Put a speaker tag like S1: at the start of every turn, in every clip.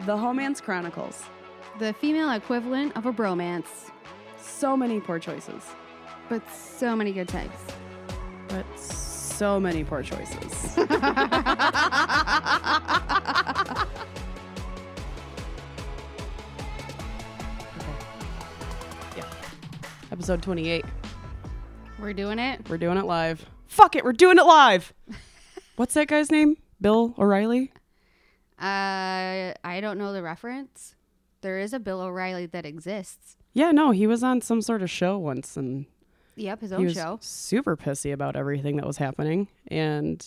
S1: The Homance Chronicles.
S2: The female equivalent of a bromance,
S1: So many poor choices,
S2: but so many good types.
S1: but so many poor choices. Episode 28.
S2: We're doing it.
S1: We're doing it live. Fuck it, we're doing it live. What's that guy's name? Bill O'Reilly?
S2: Uh, I don't know the reference. There is a Bill O'Reilly that exists.
S1: Yeah, no, he was on some sort of show once and
S2: Yep, his
S1: he
S2: own
S1: was
S2: show.
S1: super pissy about everything that was happening and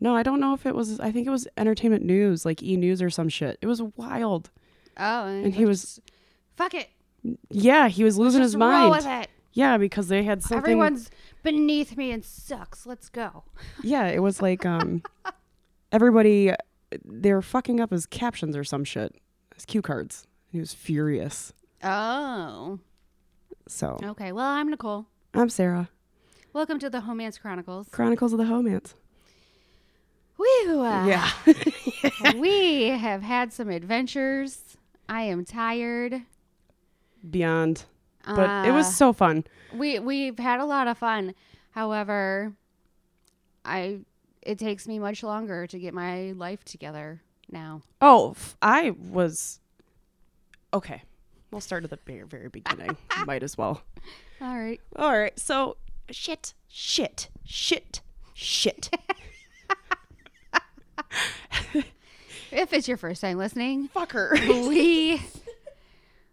S1: no i don't know if it was i think it was entertainment news like e-news or some shit it was wild
S2: Oh,
S1: and he was
S2: fuck it.
S1: yeah he was losing
S2: Just
S1: his
S2: roll with
S1: mind
S2: it.
S1: yeah because they had something
S2: Everyone's beneath me and sucks. Let's go.
S1: yeah it was like um everybody they were fucking up his captions or some shit his cue cards he was furious
S2: Oh,
S1: so
S2: okay. Well, I'm Nicole.
S1: i'm sarah
S2: Welcome to the Homance Chronicles.
S1: chronicles of the homance
S2: Woo!
S1: yeah
S2: we have had some adventures. I am tired.
S1: beyond but it
S2: Uh,
S1: was so fun
S2: we we've had a lot of fun. However, I it takes me much longer to get my life together now.
S1: Oh, f- I was okay. We'll start at the very, very beginning. Might as well.
S2: All right.
S1: All right. So shit, shit, shit, shit.
S2: If it's your first time listening,
S1: Fucker.
S2: we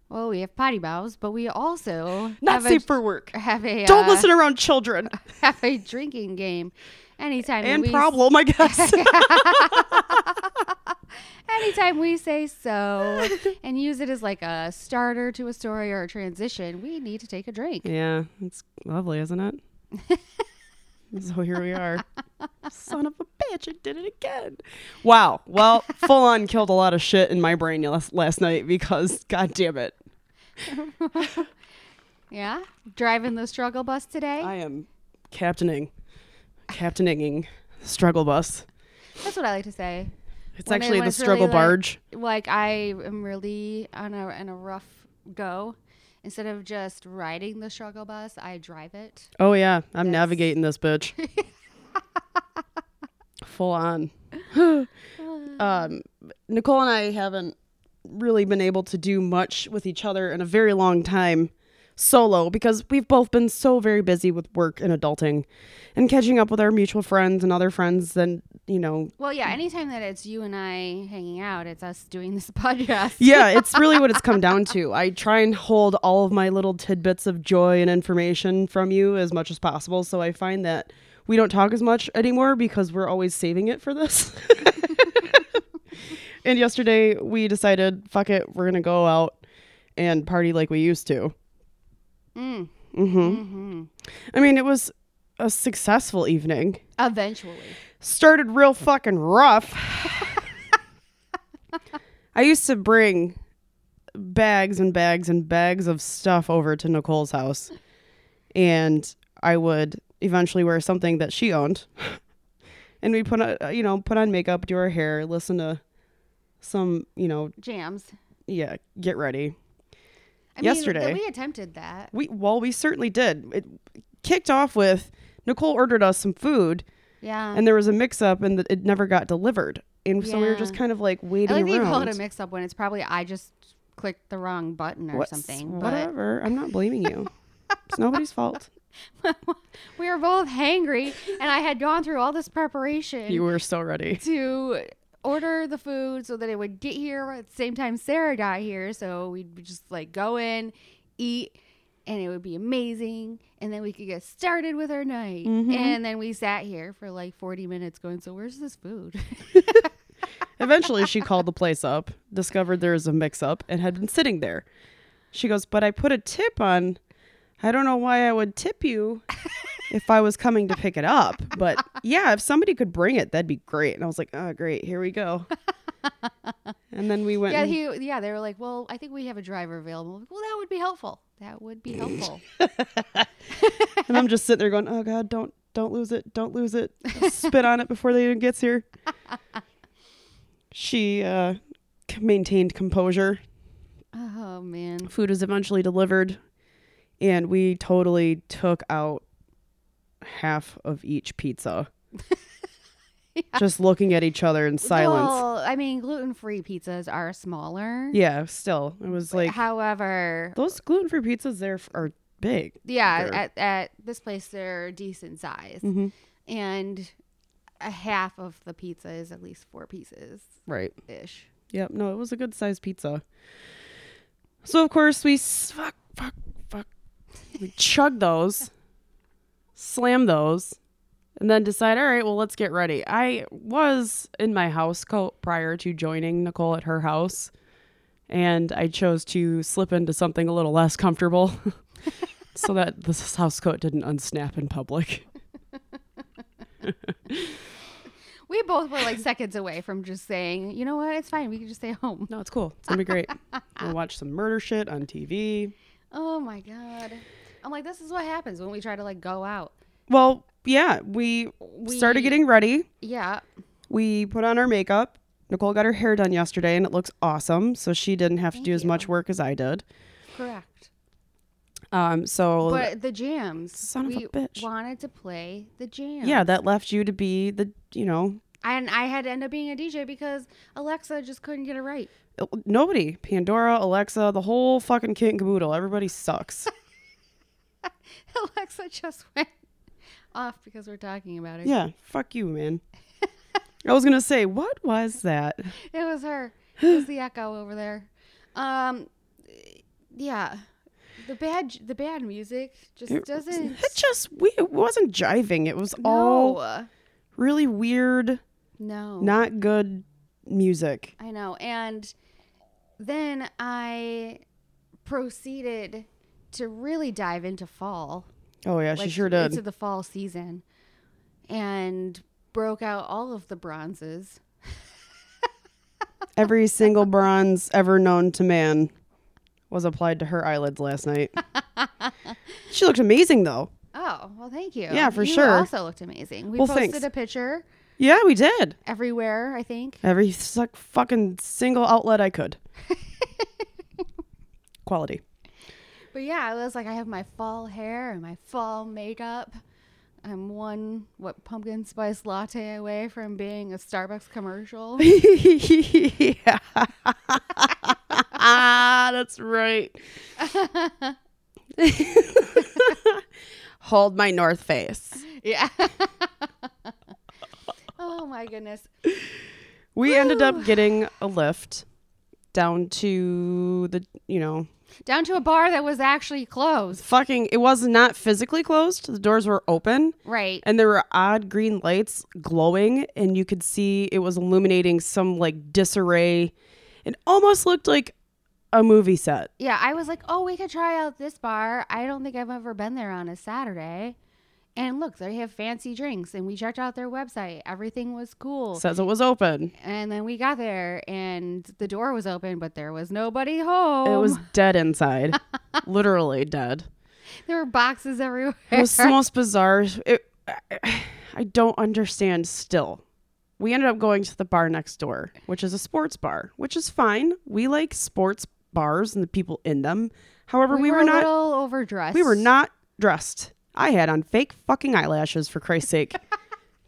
S2: well we have potty mouths, but we also
S1: Not
S2: have,
S1: safe for work.
S2: a, have a
S1: Don't
S2: uh,
S1: listen around children.
S2: have a drinking game anytime that
S1: And
S2: we,
S1: problem, I guess.
S2: anytime we say so and use it as like a starter to a story or a transition. We need to take a drink.
S1: yeah, it's lovely, isn't it? so here we are. Son of a bitch, I did it again. Wow. Well, full on killed a lot of shit in my brain last, last night because, god damn it.
S2: Yeah, driving the struggle bus today.
S1: I am captaining, captaining struggle bus.
S2: That's what I like to say.
S1: It's
S2: When I-
S1: actually
S2: when
S1: the
S2: it's really,
S1: struggle
S2: like-
S1: barge.
S2: Like I am really on a on a rough go. Instead of just riding the struggle bus, I drive it.
S1: Oh yeah, I'm
S2: That's-
S1: navigating this bitch. Full on. um, Nicole and I haven't really been able to do much with each other in a very long time solo because we've both been so very busy with work and adulting and catching up with our mutual friends and other friends and you know
S2: Well, yeah. Anytime that it's you and I hanging out, it's us doing this podcast.
S1: yeah, it's really what it's come down to. I try and hold all of my little tidbits of joy and information from you as much as possible. So I find that we don't talk as much anymore because we're always saving it for this. and yesterday we decided, fuck it, we're going to go out and party like we used to. Mm-hmm.
S2: Mm. hmm
S1: I mean, it was a successful evening.
S2: Eventually,
S1: started real fucking rough. I used to bring bags and bags and bags of stuff over to Nicole's house, and I would eventually wear something that she owned, and we put on, uh, you know, put on makeup, do our hair, listen to some, you know,
S2: jams.
S1: yeah, get ready.
S2: I
S1: Yesterday.
S2: mean, we attempted that.
S1: We well, we certainly did. It kicked off with Nicole ordered us some food,
S2: Yeah.
S1: and there was a mix up and th- it never got delivered. And so we were
S2: Yeah.
S1: just kind of like
S2: I
S1: waiting
S2: like that you
S1: around.
S2: call it a mix-up when it's probably I just clicked the wrong button or
S1: What's-
S2: something. But
S1: Whatever. I'm not blaming you. it's nobody's fault.
S2: we were both hangry, and I had gone through all this preparation.
S1: You were so ready.
S2: to order the food so that it would get here at the same time Sarah got here. So we'd be just like go in, eat, and it would be amazing. And then we could get started with our night.
S1: Mhm.
S2: And then we sat here for like 40 minutes going, So where's this food?
S1: Eventually, she called the place up, discovered there was a mix up, and had been sitting there. She goes, But I put a tip on. I don't know why I would tip you if I was coming to pick it up. But yeah, if somebody could bring it, that'd be great. And I was like, Oh, great. Here we go. And then we went.
S2: yeah,
S1: and-
S2: he, yeah, they were like, Well, I think we have a driver available. Well, that would be helpful. That would be helpful.
S1: And I'm just sitting there going, "Oh God, don't don't lose it, don't lose it, spit on it before they even gets here." She uh, Nick maintained composure.
S2: Oh man.
S1: Food was eventually delivered, and we totally took out half of each pizza. Just looking at each other in silence.
S2: Well, I mean, gluten-free pizzas are smaller.
S1: yeah, still. It was like
S2: However,
S1: those gluten free pizzas there f- are big.
S2: yeah,
S1: They're-
S2: at, at this place they're decent size,
S1: Mhm.
S2: and a half of the pizza is at least four pieces
S1: Right.
S2: ish.
S1: Yep. No, it was a good sized pizza. So of course we s- fuck fuck fuck. We chug those, slam those, and then decide. All right, well let's get ready. I was in my house coat prior to joining Nicole at her house, and I chose to slip into something a little less comfortable, so that this house coat didn't unsnap in public.
S2: We both were like seconds away from just saying, you know what, it's fine. We can just stay home.
S1: No, it's cool. It's gonna be great. We'll watch some murder shit on TV.
S2: Oh my god. I'm like, this is what happens when we try to like go out.
S1: Well, yeah, we, started
S2: We-
S1: getting ready.
S2: Yeah.
S1: We put on our makeup. Nicole got her hair done yesterday and it looks awesome. So she didn't have to
S2: Thank
S1: do as much work as I did.
S2: Correct.
S1: Um, so
S2: But the jams.
S1: Son of a
S2: we
S1: bitch.
S2: wanted to play the jams.
S1: yeah, that left you to be the, you know,
S2: And I had to end up being a DJ because Alexa just couldn't get it right.
S1: uh, nobody. Pandora, Alexa, the whole fucking kit and caboodle. Everybody sucks.
S2: Alexa just went off because we're talking about it.
S1: yeah, fuck you, man. I was going to say, what was that?
S2: It was her. It was the echo over there. Um, yeah. The bad, the bad music just
S1: It-
S2: doesn't.
S1: It just, we, it wasn't jiving. It was all
S2: No,
S1: really weird,
S2: no.
S1: not good music.
S2: I know. And then I proceeded to really dive into fall.
S1: Oh, yeah, she
S2: like,
S1: sure did.
S2: Into the fall season, and broke out all of the bronzes.
S1: Every single bronze ever known to man was applied to her eyelids last night. she looked amazing, though.
S2: Oh well, thank you.
S1: Yeah, for
S2: You
S1: sure.
S2: Also looked amazing. We
S1: Well,
S2: posted
S1: thanks.
S2: a picture
S1: Yeah, we did.
S2: everywhere. I think.
S1: Every suck fucking single outlet I could. Quality.
S2: But yeah, I was like, I have my fall hair and my fall makeup. I'm one what pumpkin spice latte away from being a Starbucks commercial.
S1: yeah. That's right. Hold my North Face.
S2: yeah. oh my goodness.
S1: We ended up getting a lift down to the, you know,
S2: Down to a bar that was actually closed.
S1: fucking it was not physically closed the doors were open
S2: Right.
S1: and there were odd green lights glowing and you could see it was illuminating some like disarray it almost looked like a movie set
S2: Yeah, I was like, oh, we could try out this bar. I don't think I've ever been there on a Saturday. And look, they have fancy drinks. And we checked out their website. Everything was cool.
S1: says it was open
S2: And then we got there, and the door was open, but there was nobody home.
S1: it was dead inside literally dead
S2: there were boxes everywhere.
S1: it was the most bizarre it, i don't understand still we ended up going to the bar next door which is a sports bar which is fine we like sports bars and the people in them however we, were,
S2: a
S1: not
S2: little overdressed.
S1: We were not dressed. I had on fake fucking eyelashes for Christ's sake.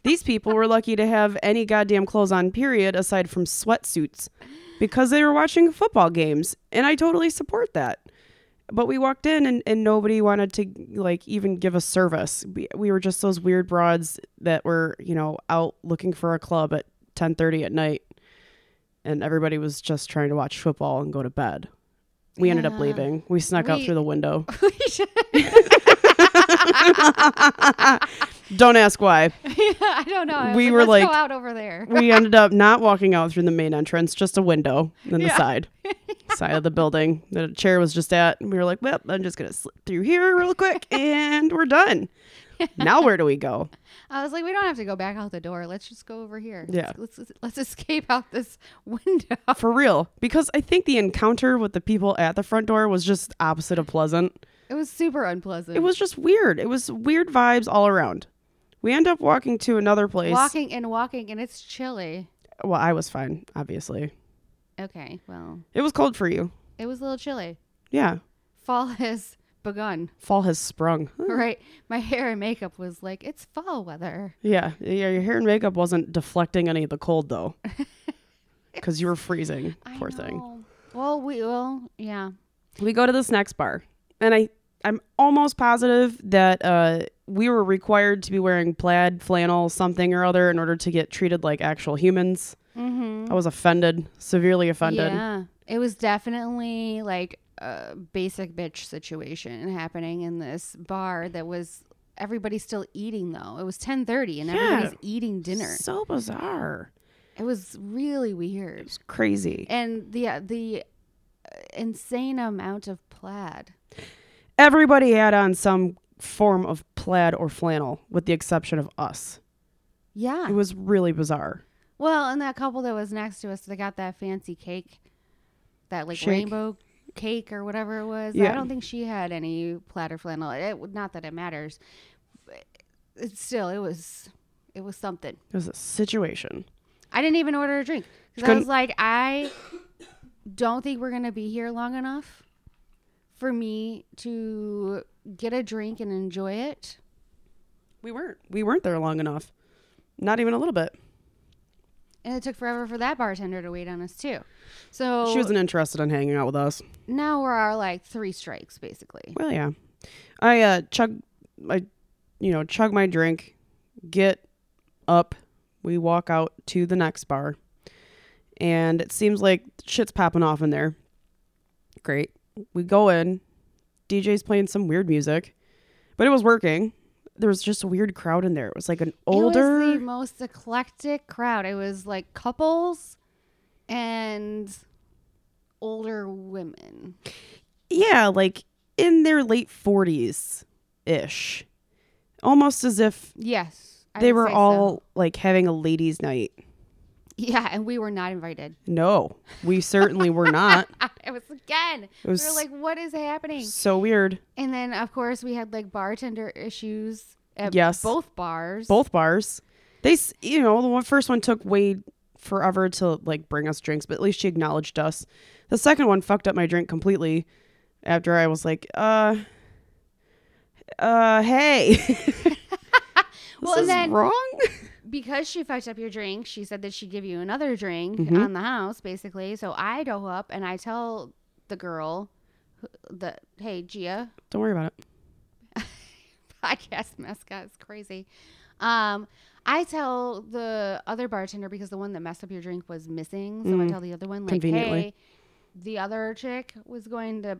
S1: These people were lucky to have any goddamn clothes on, period, aside from sweatsuits because they were watching football games. And I totally support that. But we walked in and, and nobody wanted to, like, even give us service. We, we were just those weird broads that were, you know, out looking for a club at 10.30 at night. And everybody was just trying to watch football and go to bed. We ended up
S2: Yeah.
S1: leaving. We snuck out
S2: We-
S1: through the window. Don't ask why.
S2: I don't know. I was
S1: We were
S2: Let's go
S1: like-
S2: out over there.
S1: We ended up not walking out through the main entrance, just a window in the
S2: Yeah.
S1: side side of the building. The chair was just at, and we were like, "Well, I'm just gonna slip through here real quick, and we're done." Now where do we go?
S2: I was like, we don't have to go back out the door. Let's just go over here.
S1: Yeah.
S2: Let's let's, let's escape out this window.
S1: For real, because I think the encounter with the people at the front door was just opposite of pleasant.
S2: It was super unpleasant.
S1: It was just weird. It was weird vibes all around. We end up walking to another place.
S2: walking and walking, and it's chilly.
S1: Well, I was fine, obviously.
S2: Okay, well,
S1: It was cold for you.
S2: it was a little chilly.
S1: Yeah.
S2: Fall has begun,
S1: Fall has sprung.
S2: right? My hair and makeup was like, it's fall weather.
S1: Yeah. Yeah. Your hair and makeup wasn't deflecting any of the cold though. Because you were freezing.
S2: I
S1: Poor thing.
S2: know. Well, we will, yeah.
S1: we go to this next bar and i i'm almost positive that uh we were required to be wearing plaid flannel something or other in order to get treated like actual humans
S2: Mm-hmm.
S1: i was offended severely offended
S2: Yeah, it was definitely like a basic bitch situation happening in this bar that was everybody's still eating though. It was ten thirty and
S1: Yeah.
S2: everybody's eating dinner.
S1: so bizarre
S2: It was really weird,
S1: it's crazy
S2: and the uh, the uh, insane amount of plaid.
S1: everybody had on some form of plaid or flannel with the exception of us it
S2: Yeah.
S1: was really bizarre
S2: Well, and that couple that was next to us, they got that fancy cake, that like
S1: Shake.
S2: rainbow cake or whatever it was. I
S1: Yeah.
S2: don't think she had any platter flannel. It, not that it matters. but It, still, it was it was something.
S1: it was a situation
S2: I didn't even order a drink because I
S1: Couldn't-
S2: was like, I don't think we're gonna be here long enough for me to get a drink and enjoy it.
S1: we weren't we weren't there long enough not even a little bit
S2: And it took forever for that bartender to wait on us too. So
S1: she wasn't interested in hanging out with us
S2: now we're our like three strikes basically.
S1: Well, yeah. I uh chug I you know, chug my drink, get up, we walk out to the next bar. And it seems like shit's popping off in there. Great. We go in. DJ's playing some weird music. But it was working. There was just a weird crowd in there. It was like an older
S2: It was the most eclectic crowd. It was like couples and older women.
S1: Yeah, like in their late 40s ish. Almost as if
S2: Yes. I
S1: they
S2: would
S1: were
S2: say
S1: all
S2: so.
S1: like having a ladies' night.
S2: Yeah, and we were not invited.
S1: No, we certainly were not.
S2: It was again.
S1: It was
S2: we were like, what is happening?
S1: so weird.
S2: And then of course we had like bartender issues at
S1: Yes.
S2: both bars.
S1: Both bars, they, s- you know, the one first one took way forever to like bring us drinks, but at least she acknowledged us. The second one fucked up my drink completely. After I was like, uh, uh, hey, this
S2: Well, and
S1: is
S2: then-
S1: wrong.
S2: because she fucked up your drink, she said that she'd give you another drink
S1: Mhm.
S2: on the house, basically. So I go up and I tell the girl, who- the hey Gia,
S1: Don't worry about it.
S2: podcast mascot is crazy. Um, I tell the other bartender because the one that messed up your drink was missing. So I
S1: Mm.
S2: tell the other one like,
S1: Conveniently.
S2: hey, the other chick was going to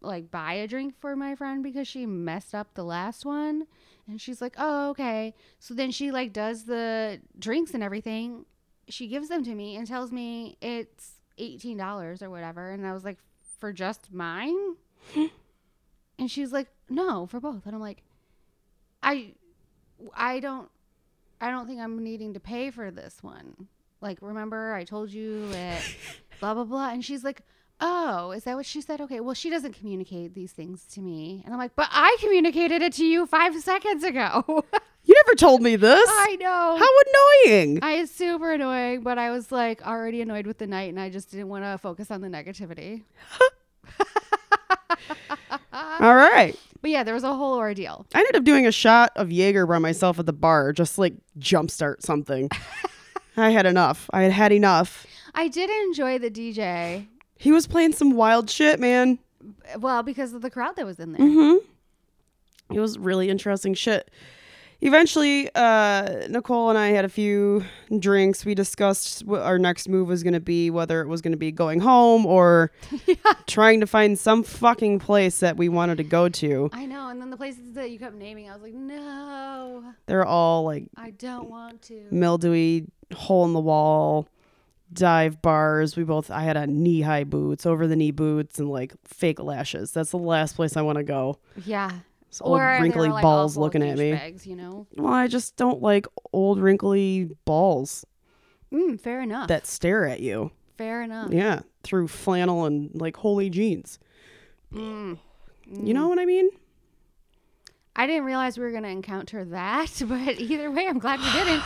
S2: like buy a drink for my friend because she messed up the last one, and she's like, oh okay. So then she like does the drinks and everything. She gives them to me and tells me it's eighteen dollars or whatever, and I was like, for just mine. and she's like, no, for both. And I'm like, I, I don't, I don't think I'm needing to pay for this one. Like, remember I told you that, blah blah blah. And she's like, oh, is that what she said? Okay, well she doesn't communicate these things to me. And I'm like, but I communicated it to you five seconds ago.
S1: You never told me this.
S2: I know.
S1: How annoying.
S2: I is super annoying, but I was like already annoyed with the night and I just didn't want to focus on the negativity.
S1: All right.
S2: But yeah, there was a whole ordeal.
S1: I ended up doing a shot of Jaeger by myself at the bar, just to, like jumpstart something. I had enough. I had had enough.
S2: I did enjoy the DJ.
S1: He was playing some wild shit, man.
S2: Well, because of the crowd that was in there.
S1: Mm-hmm. It was really interesting shit. Eventually, uh, Nicole and I had a few drinks. We discussed what our next move was going to be, whether it was going to be going home or trying to find some fucking place that we wanted to go to.
S2: I know. And then the places that you kept naming, I was like, no,
S1: They're all like
S2: I don't want
S1: Mm.
S2: to.
S1: mildewy hole in the wall dive bars we both i had on knee high boots over the knee boots and like fake lashes that's the last place i want to go
S2: Yeah.
S1: It's old
S2: they were,
S1: wrinkly
S2: like,
S1: balls
S2: awful
S1: looking at me
S2: douchebags, you know?
S1: well i just don't like old wrinkly balls
S2: Mm, fair enough.
S1: that stare at you
S2: fair enough.
S1: yeah through flannel and like holy jeans
S2: Mm.
S1: you know what i mean
S2: I didn't realize we were going to encounter that, but either way, I'm glad we didn't.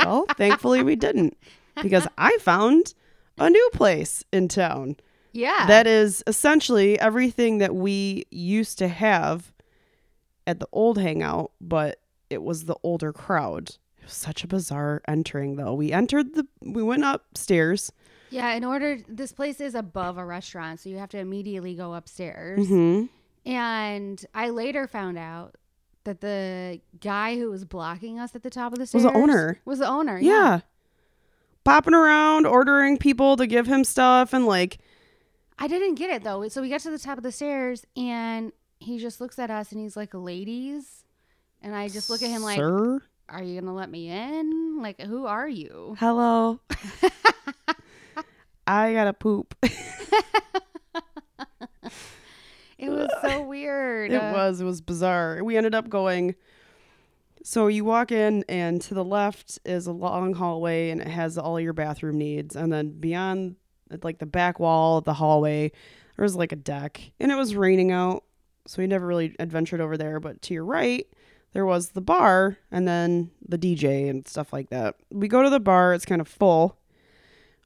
S1: well thankfully we didn't because i found a new place in town
S2: Yeah.
S1: that is essentially everything that we used to have at the old hangout, but it was the older crowd. It was such a bizarre entering, though. We entered the, we went upstairs.
S2: yeah. In order, this place is above a restaurant, so you have to immediately go upstairs.
S1: Mm-hmm.
S2: And I later found out that the guy who was blocking us at the top of the
S1: Was
S2: stairs
S1: the owner.
S2: Was the owner.
S1: Yeah. Popping around, ordering people to give him stuff, and like,
S2: I didn't get it though. So we get to the top of the stairs and he just looks at us and he's like, ladies. And I just look at him like,
S1: Sir?
S2: are you going to let me in? Like, who are you?
S1: Hello. I gotta poop.
S2: It was so weird.
S1: It
S2: Uh,
S1: was. It was bizarre. We ended up going. So you walk in, and to the left is a long hallway, and it has all your bathroom needs. And then beyond, like the back wall of the hallway, there was like a deck, and it was raining out, so we never really adventured over there. But to your right, there was the bar, and then the DJ and stuff like that. We go to the bar; it's kind of full.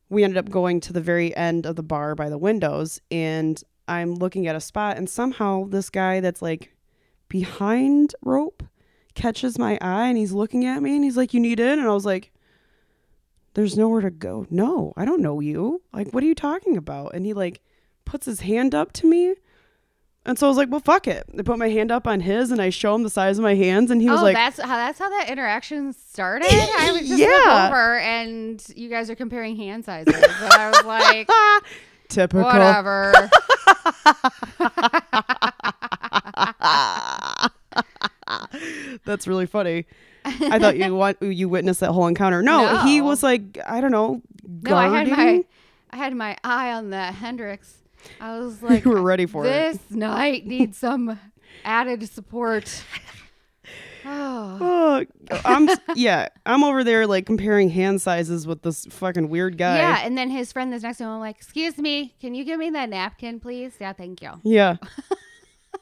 S1: We ended up going to the very end of the bar by the windows, and I'm looking at a spot, and somehow this guy that's like behind rope catches my eye and he's looking at me and he's like, You need in? And I was like, There's nowhere to go. No, I don't know you. Like, what are you talking about? And he like puts his hand up to me. And so I was like, Well, fuck it. I put my hand up on his and I show him the size of my hands and he was
S2: oh,
S1: like,
S2: that's how that's how that interaction started. I was just
S1: Yeah.
S2: look over and you guys are comparing hand sizes. And I was like,
S1: ah, Typical.
S2: whatever.
S1: That's really funny. I thought you want you witnessed that whole encounter. No, he
S2: No.
S1: was like I don't know.
S2: No, I had my
S1: guarding?
S2: I had my eye on the Hendrix. I was like,
S1: You were ready for it.
S2: this night needs some added support. Oh,
S1: Oh, I'm yeah. I'm over there like comparing hand sizes with this fucking weird guy.
S2: yeah. And then his friend that's next to him, I'm like, excuse me, can you give me that napkin, please? Yeah, thank you.
S1: Yeah.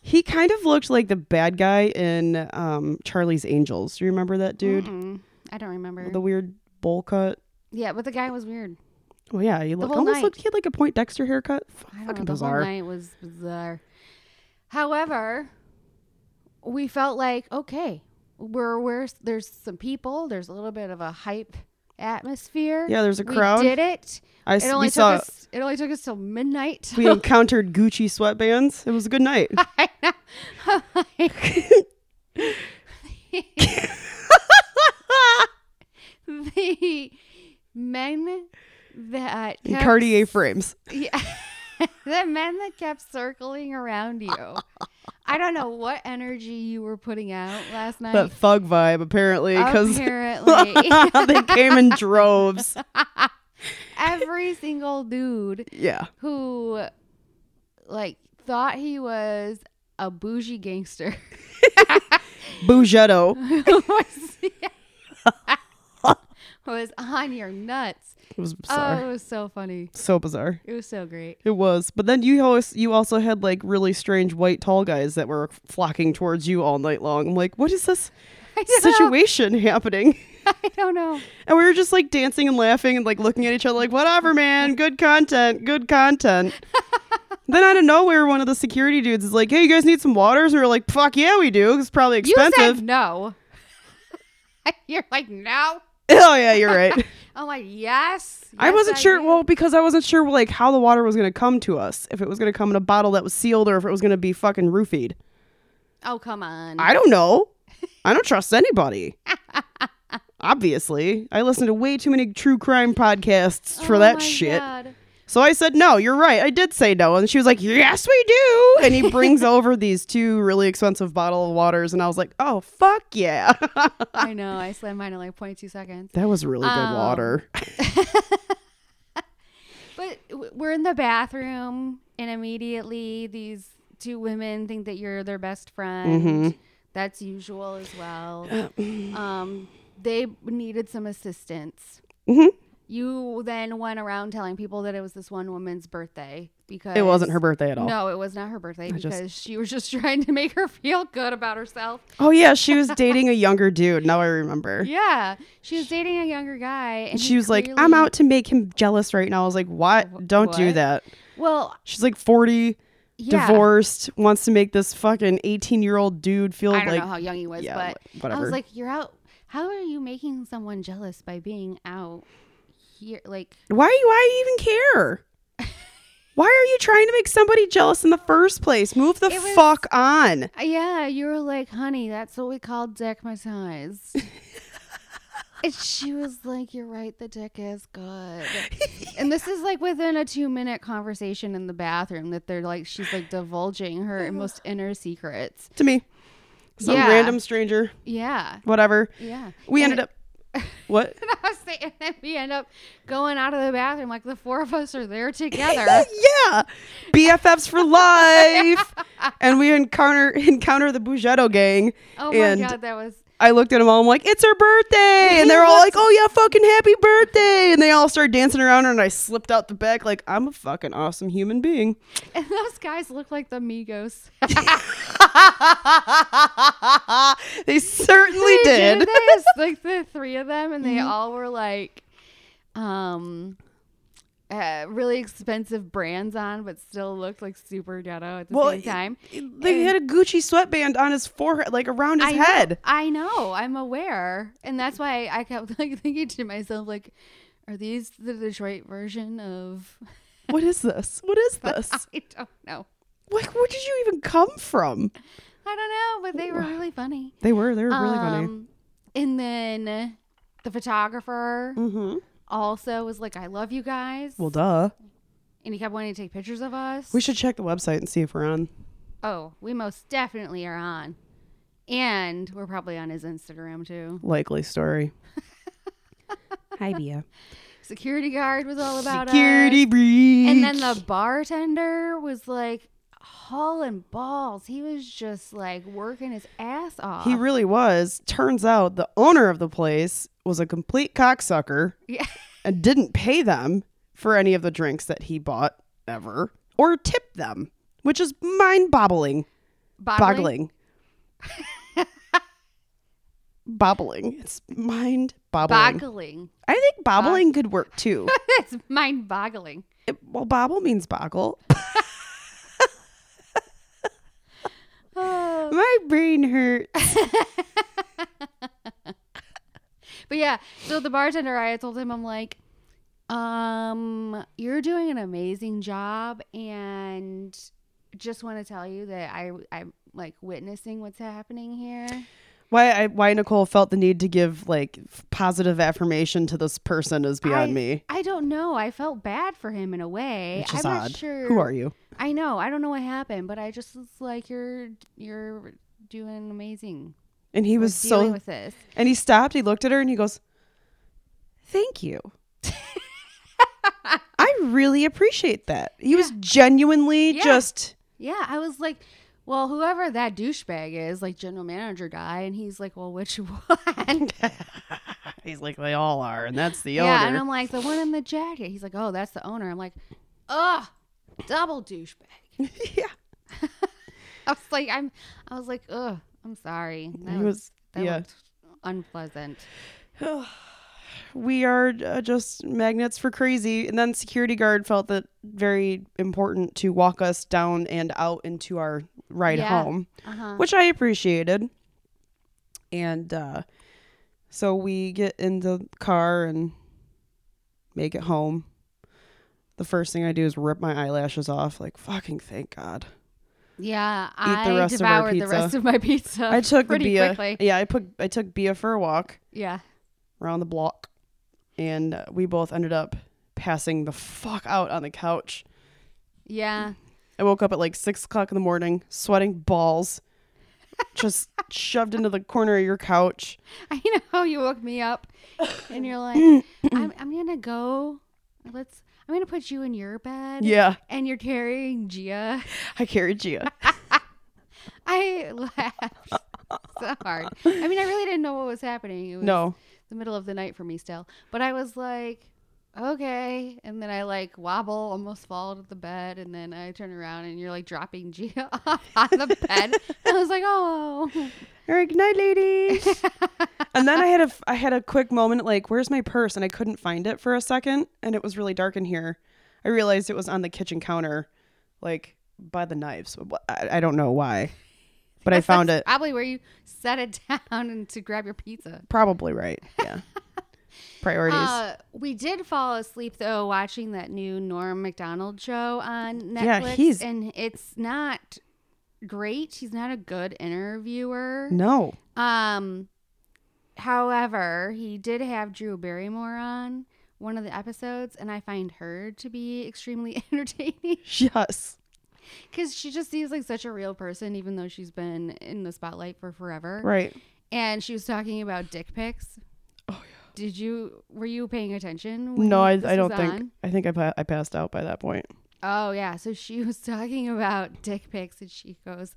S1: he kind of looked like the bad guy in um, Charlie's Angels. Do you remember
S2: Mm.
S1: that dude?
S2: Mm-mm. Mm-hmm. I don't remember.
S1: The weird bowl cut.
S2: yeah, but the guy was weird.
S1: Oh yeah, he looked
S2: whole
S1: almost
S2: night.
S1: looked. He had like a Point Dexter haircut. F-
S2: I don't know,
S1: Fucking
S2: the
S1: bizarre.
S2: whole night was bizarre. However, we felt like okay, we're we're there's some people, there's a little bit of a hype atmosphere.
S1: Yeah, there's a
S2: We
S1: crowd.
S2: did it.
S1: I s-
S2: It only
S1: we
S2: took
S1: saw
S2: us. It only took us till midnight.
S1: we encountered Gucci sweatbands. It was a good night.
S2: I know. I'm like- the men that
S1: And
S2: kept-
S1: Cartier frames.
S2: Yeah. the men that kept circling around you. I don't know what energy you were putting out last night.
S1: That thug vibe apparently
S2: Oh,
S1: because
S2: Apparently,
S1: they came in droves.
S2: every single dude
S1: Yeah.
S2: who like thought he was a bougie gangster
S1: Bougetto.
S2: was, was on your nuts.
S1: It was bizarre.
S2: Oh, it was so funny.
S1: So bizarre.
S2: It was so great.
S1: It was. But then you always, you also had like really strange white tall guys that were flocking towards you all night long. I'm like, what is this
S2: I don't know.
S1: situation happening?
S2: I don't know.
S1: And we were just like dancing and laughing and like looking at each other like, whatever, man, good content, good content. then out of nowhere, one of the security dudes is like, hey, you guys need some waters? And we were like, fuck yeah, we do. It's probably
S2: You
S1: expensive.
S2: said no. You're like no.
S1: oh, yeah, you're right.
S2: I'm like yes.
S1: I
S2: Yes,
S1: wasn't sure.
S2: do.
S1: Well, because I wasn't sure like how the water was going to come to us. If it was going to come in a bottle that was sealed, or if it was going to be fucking roofied.
S2: oh come on.
S1: I don't know. I don't trust anybody. Obviously, I listen to way too many true crime podcasts for
S2: Oh
S1: that
S2: my
S1: shit.
S2: God.
S1: So I said, "No, you're right. I did say no." And she was like, "Yes, we do." And he brings over these two really expensive bottle of waters, and I was like, "Oh fuck yeah!"
S2: I know. I slammed mine in like 0.2 seconds.
S1: that was really good
S2: Um,
S1: water.
S2: But w- we're in the bathroom, and immediately these two women think that you're their best friend.
S1: Mm-hmm.
S2: That's usual as well. um, they needed some assistance.
S1: Mhm.
S2: You then went around telling people that it was this one woman's birthday because
S1: It wasn't her birthday at all.
S2: No, it was not her birthday
S1: I just-
S2: because she was just trying to make her feel good about herself.
S1: Oh yeah, she was dating a younger dude. Now I remember.
S2: Yeah, she was dating a younger guy, and
S1: And
S2: he
S1: she was like, "I'm
S2: clearly-
S1: out to make him jealous right now." I was like, "What? Don't do
S2: what?
S1: that."
S2: Well,
S1: She's like 40,
S2: yeah,
S1: divorced, wants to make this fucking 18-year-old dude feel
S2: I don't
S1: like
S2: know how young he was,
S1: yeah,
S2: but
S1: wh- whatever.
S2: I was like, you're out. How are you making someone jealous by being out here? Like,
S1: Why you why you even care? why are you trying to make somebody jealous in the first place? Move the
S2: It was-
S1: fuck on.
S2: uh, yeah, you were like, honey, that's what we call deckmatized. and she was like, you're right, the dick is good. and this is like within a two minute conversation in the bathroom that they're like, she's like divulging her most inner secrets.
S1: To me. Some
S2: Yeah.
S1: random stranger,
S2: Yeah.
S1: whatever.
S2: Yeah.
S1: We
S2: And
S1: ended
S2: it-
S1: up What?
S2: And I was saying, and we end up going out of the bathroom. Like the four of us are there together.
S1: yeah. BFFs for life. and we encounter encounter the Bugetto gang.
S2: Oh my
S1: and
S2: god, that was
S1: I looked at them all. I'm like, it's her birthday. And they're all like, oh, yeah, fucking happy birthday. And they all started dancing around her. And I slipped out the back like, I'm a fucking awesome human being.
S2: And those guys look like the Migos.
S1: they certainly
S2: They
S1: did. Mm-hmm.
S2: this, like the three of them, and they all were like, um, uh, really expensive brands on, but still looked like super ghetto at the
S1: Well,
S2: same time.
S1: They had a Gucci sweatband on his forehead, like around his
S2: I Know,
S1: head.
S2: I know. I'm aware, and that's why I kept like thinking to myself, like, are these the Detroit version of?
S1: What is this? What is this?
S2: I don't know.
S1: like, where did you even come from?
S2: I don't know, but they were really funny.
S1: They were. They were really funny.
S2: Um, And then the photographer
S1: Mm-hmm.
S2: also was like, I love you guys.
S1: Well, duh.
S2: and he kept wanting to take pictures of us.
S1: We should check the website and see if we're on.
S2: oh, we most definitely are on. And we're probably on his Instagram too.
S1: Likely story. Hi, Bia.
S2: Security guard was all about us.
S1: Security breach.
S2: And then the bartender was like hauling balls. He was just like working his ass off.
S1: he really was. Turns out the owner of the place was a complete cocksucker
S2: yeah.
S1: and didn't pay them for any of the drinks that he bought ever or tip them, which is mind bobbling.
S2: Boggling.
S1: Boggling. bobbling. It's mind bobbling.
S2: Boggling.
S1: I think bobbling could work too.
S2: That's mind boggling.
S1: It- well, bobble means boggle.
S2: Oh.
S1: My brain hurts.
S2: But yeah, so the bartender, I told him, I'm like, um, you're doing an amazing job, and just want to tell you that I I'm like witnessing what's happening here.
S1: Why I why Nicole felt the need to give like f- positive affirmation to this person is beyond
S2: I-
S1: me.
S2: I don't know. I felt bad for him in a way.
S1: Which is
S2: I'm
S1: odd.
S2: not sure.
S1: Who are you?
S2: I know. I don't know what happened, but I just was like, you're you're doing amazing.
S1: And he
S2: We're
S1: was
S2: dealing
S1: so
S2: with this.
S1: and he stopped, he looked at her and he goes, "Thank you." I really appreciate that. He was genuinely
S2: Yeah.
S1: just
S2: Yeah, I was like, well, whoever that douchebag is, like general manager guy, and he's like, well, which one?
S1: He's like they all are and that's the
S2: yeah, and I'm like, the one in the jacket. He's like, oh, that's the owner. I'm like, ugh, double douchebag.
S1: yeah.
S2: I was like, I'm, I was like, ugh, I'm sorry. That
S1: He
S2: was,
S1: was
S2: that
S1: yeah.
S2: looked unpleasant.
S1: we are uh, just magnets for crazy. And then security guard felt that very important to walk us down and out into our ride
S2: Yeah.
S1: home,
S2: Uh huh.
S1: which I appreciated. And uh, so we get in the car and make it home. The first thing I do is rip my eyelashes off. Like fucking thank God.
S2: Yeah,
S1: Eat the
S2: I
S1: rest of our
S2: devoured the
S1: pizza.
S2: rest of my pizza.
S1: I took the
S2: pretty
S1: Bia.
S2: quickly.
S1: Yeah, I put I took Bia for a walk.
S2: Yeah.
S1: around the block and uh, we both ended up passing the fuck out on the couch
S2: Yeah.
S1: i woke up at like six o'clock in the morning sweating balls just shoved into the corner of your couch
S2: I know you woke me up, and you're like, I'm, I'm gonna go. Let's. I'm gonna put you in your bed.
S1: yeah
S2: And you're carrying Gia.
S1: i carried gia
S2: I laughed so hard. I mean, I really didn't know what was happening. It was
S1: no
S2: the middle of the night for me still, but I was like, okay. And then I like wobble, almost fall out of the bed. And then I turn around and you're like dropping Gia off on the bed. And I was like, oh.
S1: Eric, night, ladies. and then I had a f- I had a quick moment like, where's my purse? And I couldn't find it for a second, and it was really dark in here. I realized it was on the kitchen counter, like by the knives. Wh- I, I don't know why, but I found
S2: That's
S1: it.
S2: Probably where you set it down and to grab your pizza.
S1: Probably right. Yeah. Priorities.
S2: Uh, we did fall asleep though watching that new Norm Macdonald show on Netflix,
S1: Yeah, he's-
S2: and it's not great. He's not a good interviewer.
S1: no.
S2: Um, however, he did have Drew Barrymore on one of the episodes, and I find her to be extremely entertaining
S1: Yes.
S2: because she just seems like such a real person, even though she's been in the spotlight for forever.
S1: Right.
S2: And she was talking about dick pics.
S1: Oh,
S2: yeah. Did you were you paying attention? when
S1: No, I,
S2: this
S1: I don't
S2: was
S1: think.
S2: on?
S1: I think I, pa- I passed out by that point.
S2: Oh yeah, so she was talking about dick pics and she goes,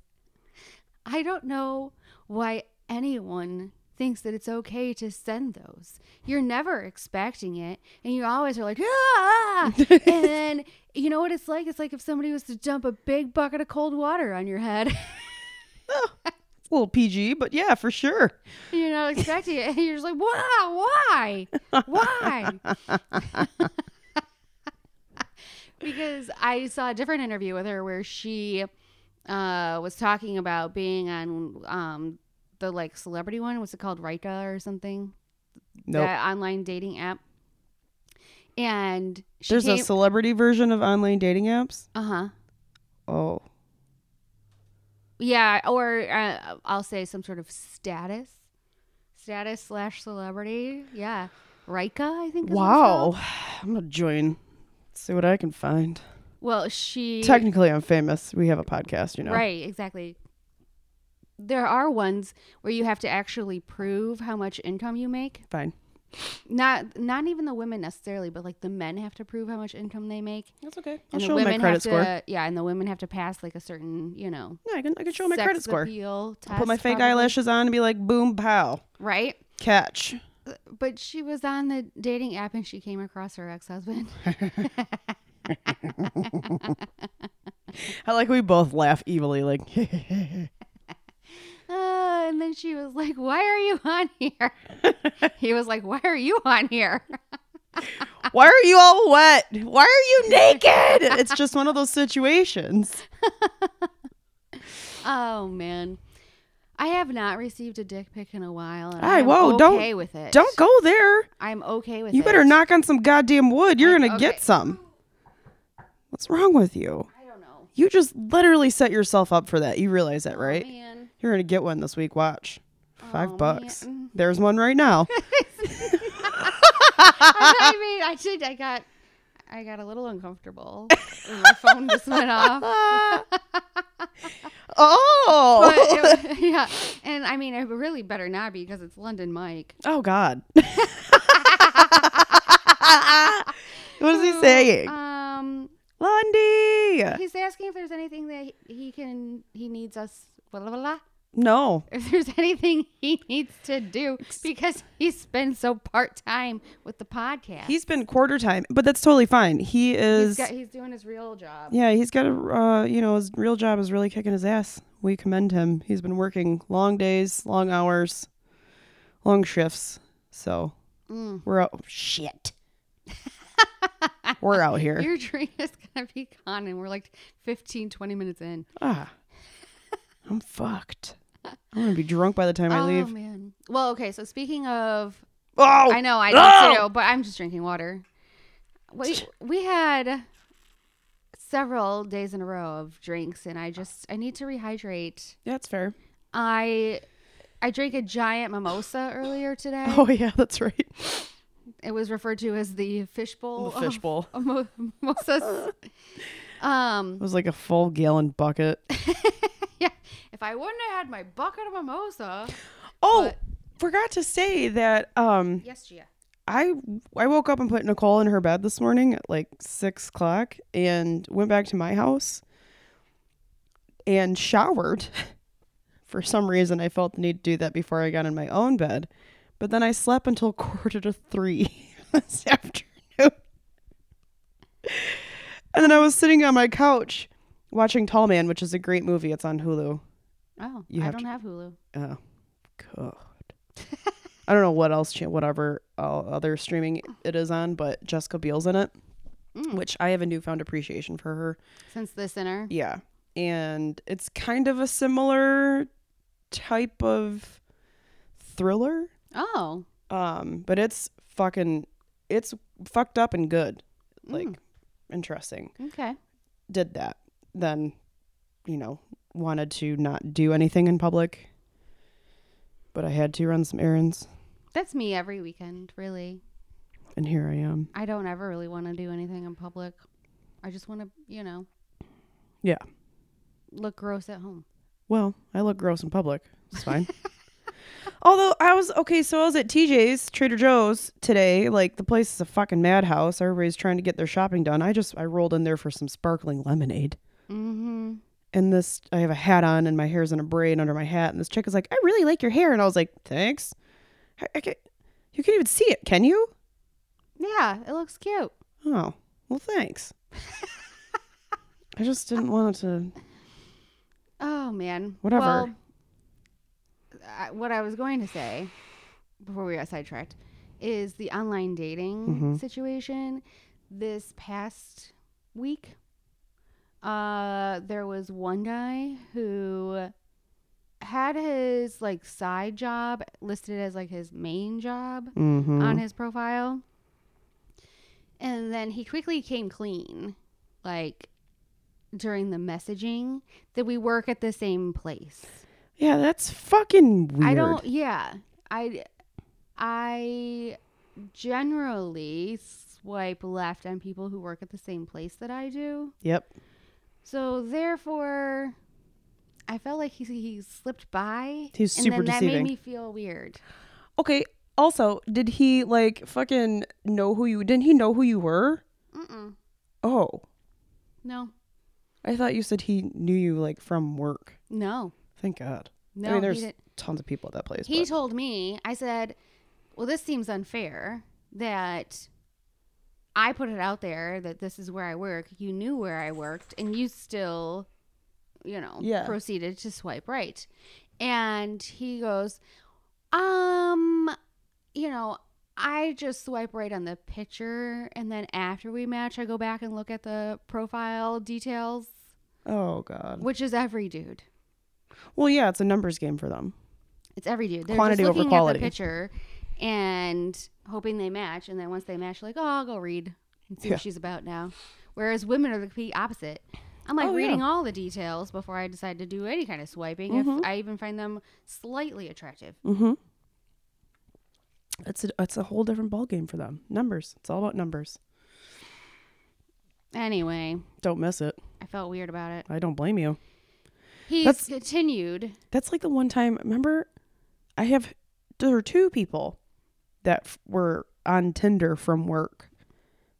S2: "I don't know why anyone thinks that it's okay to send those. You're never expecting it and you always are like, "Ah!" and then you know what it's like? It's like if somebody was to dump a big bucket of cold water on your head.
S1: It's a little PG, but yeah, for sure.
S2: You're not expecting it. You're just like, wow, why? Why? because I saw a different interview with her where she uh, was talking about being on um, the like celebrity one. What's it called? Rika or something?
S1: Nope.
S2: That online dating app. And she
S1: There's a celebrity version of online dating apps.
S2: uh huh.
S1: Oh.
S2: Yeah, or uh, I'll say some sort of status, status slash celebrity. Yeah, Rika, I think. Is what it's
S1: Wow.
S2: called.
S1: I'm gonna join. See what I can find.
S2: Well, she
S1: Technically, I'm famous. We have a podcast, you know.
S2: right exactly. There are ones where you have to actually prove how much income you make.
S1: Fine.
S2: Not not even the women necessarily, but like the men have to prove how much income they make.
S1: That's okay. I'll
S2: And
S1: show
S2: the
S1: 'em
S2: women
S1: my credit
S2: have
S1: score.
S2: to yeah, and the women have to pass like a certain you know
S1: Yeah, I can. I can show 'em my
S2: sex
S1: credit score.
S2: appeal
S1: I'll put my
S2: test,
S1: fake
S2: probably.
S1: eyelashes on and be like, boom, pow,
S2: right.
S1: catch.
S2: But she was on the dating app and she came across her ex husband.
S1: I like we both laugh evilly, like.
S2: Uh, and then she was like, Why are you on here? he was like, Why are you on here?
S1: Why are you all wet? Why are you naked? it's just one of those situations.
S2: Oh, man. I have not received a dick pic in a while. And
S1: Hey,
S2: I'm
S1: whoa, don't-
S2: okay with it.
S1: Don't go there.
S2: I'm okay with it.
S1: You better knock on some goddamn wood. You're
S2: I-
S1: gonna
S2: okay.
S1: get some. What's wrong with you?
S2: I don't know. Oh,
S1: You just literally set yourself up for that. You realize that, right?
S2: Man.
S1: You're gonna get one this week. Watch, five
S2: Oh,
S1: bucks.
S2: man.
S1: There's one right now.
S2: I mean, I did. I got. I got a little uncomfortable. My phone just went off.
S1: oh,
S2: But it- yeah, and I mean, it really better not be because it's London Mike.
S1: oh God. what is he saying,
S2: Um,
S1: Lundy?
S2: he's asking if there's anything that he- he can he needs us blah, blah, blah,
S1: No,
S2: if there's anything he needs to do because he's been so part time with the podcast.
S1: he's been quarter time, but that's totally fine. He
S2: he's,
S1: is.
S2: got, he's doing his real job.
S1: yeah, he's got a uh, you know his real job is really kicking his ass. We commend him. He's been working long days, long hours, long shifts. So
S2: Mm.
S1: we're out. Shit, we're out here.
S2: Your drink is gonna be gone, and we're like 15, 20 minutes in.
S1: Ah, I'm fucked. I'm gonna be drunk by the time I
S2: oh
S1: leave.
S2: man. Well, okay. So speaking of,
S1: Oh,
S2: I know I
S1: Oh!
S2: do too, but I'm just drinking water. We we had several days in a row of drinks, and I just I need to rehydrate.
S1: that's fair.
S2: I I drank a giant mimosa earlier today.
S1: Oh yeah, that's right.
S2: It was referred to as the fishbowl.
S1: The fishbowl.
S2: Of, of mo- mimosas. um,
S1: It was like a full gallon bucket.
S2: yeah. If I wouldn't have had my bucket of mimosa,
S1: Oh,
S2: But-
S1: forgot to say that um
S2: yes, Gia.
S1: I I woke up and put Nicole in her bed this morning at like six o'clock and went back to my house and showered. For some reason, I felt the need to do that before I got in my own bed, but then I slept until quarter to three this afternoon. And then I was sitting on my couch watching Tall Man, which is a great movie. It's on Hulu.
S2: Oh,
S1: You
S2: I
S1: have
S2: don't have Hulu.
S1: Oh, God. I don't know what else, cha- whatever uh, other streaming it is on, but Jessica Biel's in it,
S2: Mm.
S1: which I have a newfound appreciation for her.
S2: Since the center.
S1: Yeah. And it's kind of a similar type of thriller,
S2: Oh,
S1: um, but it's fucking, it's fucked up and good. Like,
S2: Mm.
S1: interesting.
S2: okay.
S1: Did that. Then, you know, wanted to not do anything in public, but I had to run some errands.
S2: That's me every weekend, really.
S1: And here I am.
S2: I don't ever really want to do anything in public. I just want to, you know.
S1: Yeah.
S2: Look gross at home.
S1: Well, I look gross in public. It's fine. Although I was okay, so I was at TJ's Trader Joe's today. Like the place is a fucking madhouse. Everybody's trying to get their shopping done. I just I rolled in there for some sparkling lemonade.
S2: Mm-hmm.
S1: And this I have a hat on and my hair's in a braid under my hat. And this chick is like, I really like your hair. And I was like, thanks. I, I can't, you can't even see it, can you?
S2: Yeah, it looks cute.
S1: Oh, well, thanks. I just didn't want to.
S2: Oh man.
S1: Whatever.
S2: Well, I, what I was going to say before we got sidetracked is the online dating
S1: Mhm.
S2: situation. This past week, uh, there was one guy who had his like side job listed as like his main job
S1: Mm-hmm.
S2: on his profile. And then he quickly came clean, like during the messaging that we work at the same place.
S1: yeah, that's fucking weird.
S2: I don't, yeah. I, I generally swipe left on people who work at the same place that I do.
S1: Yep.
S2: So therefore, I felt like he, he slipped by.
S1: He's
S2: and
S1: super
S2: then that
S1: deceiving.
S2: made me feel weird.
S1: Okay. Also, did he like fucking know who you? Didn't he know who you were?
S2: Mm-mm.
S1: Oh,
S2: No,
S1: I thought you said he knew you like from work.
S2: no,
S1: Thank God.
S2: no.
S1: I mean,
S2: he
S1: there's
S2: didn't-
S1: tons of people at that place.
S2: He
S1: but-
S2: told me, I said, Well, this seems unfair that I put it out there that this is where I work. You knew where I worked, and you still, you know,
S1: Yeah.
S2: proceeded to swipe right. And he goes, Um, you know, I just swipe right on the picture. And then after we match, I go back and look at the profile details,
S1: oh God.
S2: which is every dude.
S1: Well, yeah, it's a numbers game for them.
S2: It's every dude. They're
S1: Quantity
S2: just
S1: over
S2: looking
S1: quality.
S2: at the picture and hoping they match, and then once they match, you're like, oh, I'll go read and see
S1: Yeah.
S2: what she's about now. Whereas women are the complete opposite. I'm like
S1: Oh,
S2: reading all the details before I decide to do any kind of swiping if I even find them slightly attractive.
S1: Mm-hmm. It's a, it's a whole different ball game for them. Numbers. It's all about numbers.
S2: Anyway,
S1: Don't miss it.
S2: I felt weird about it.
S1: I don't blame you.
S2: He's
S1: That's-
S2: continued.
S1: That's like the one time. Remember, I have there were two people that f- were on Tinder from work.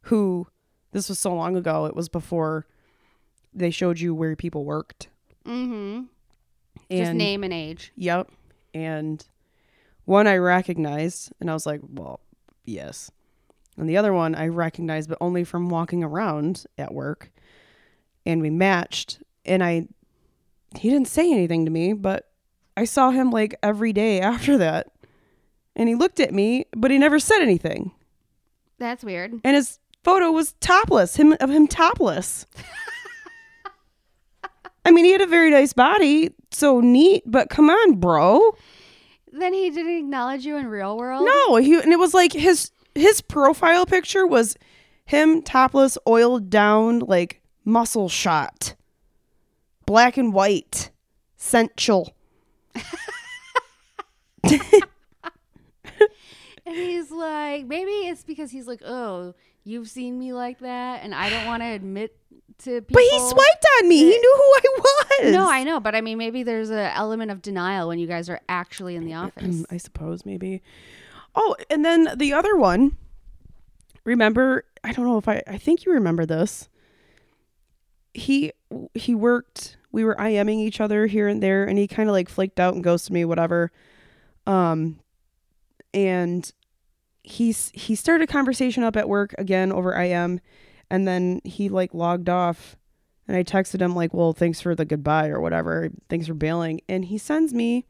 S1: Who this was so long ago. It was before they showed you where people worked.
S2: Mm-hmm.
S1: And,
S2: Just name and age.
S1: Yep. And one I recognized, and I was like, "Well, yes." And the other one I recognized, but only from walking around at work. And we matched, and I he didn't say anything to me, but I saw him like every day after that. And he looked at me, but he never said anything.
S2: That's weird.
S1: And his photo was topless, him of him topless. I mean, he had a very nice body, so neat, but come on, bro.
S2: Then he didn't acknowledge you in real world.
S1: No, he and it was like his his profile picture was him topless, oiled down, like muscle shot, black and white, sensual.
S2: And he's like, maybe it's because he's like, oh, you've seen me like that, and I don't want to admit to people.
S1: But he swiped on me. He knew who I was.
S2: Oh, No, I know, but I mean, maybe there's an element of denial when you guys are actually in the office.
S1: I suppose maybe. Oh, and then the other one. Remember, I don't know if I. I think you remember this. He he worked. We were IMing each other here and there, and he kind of like flaked out and ghosted me, whatever. Um, and he's he started a conversation up at work again over IM, And then he like logged off and I texted him like, "Well, thanks for the goodbye or whatever. Thanks for bailing." And he sends me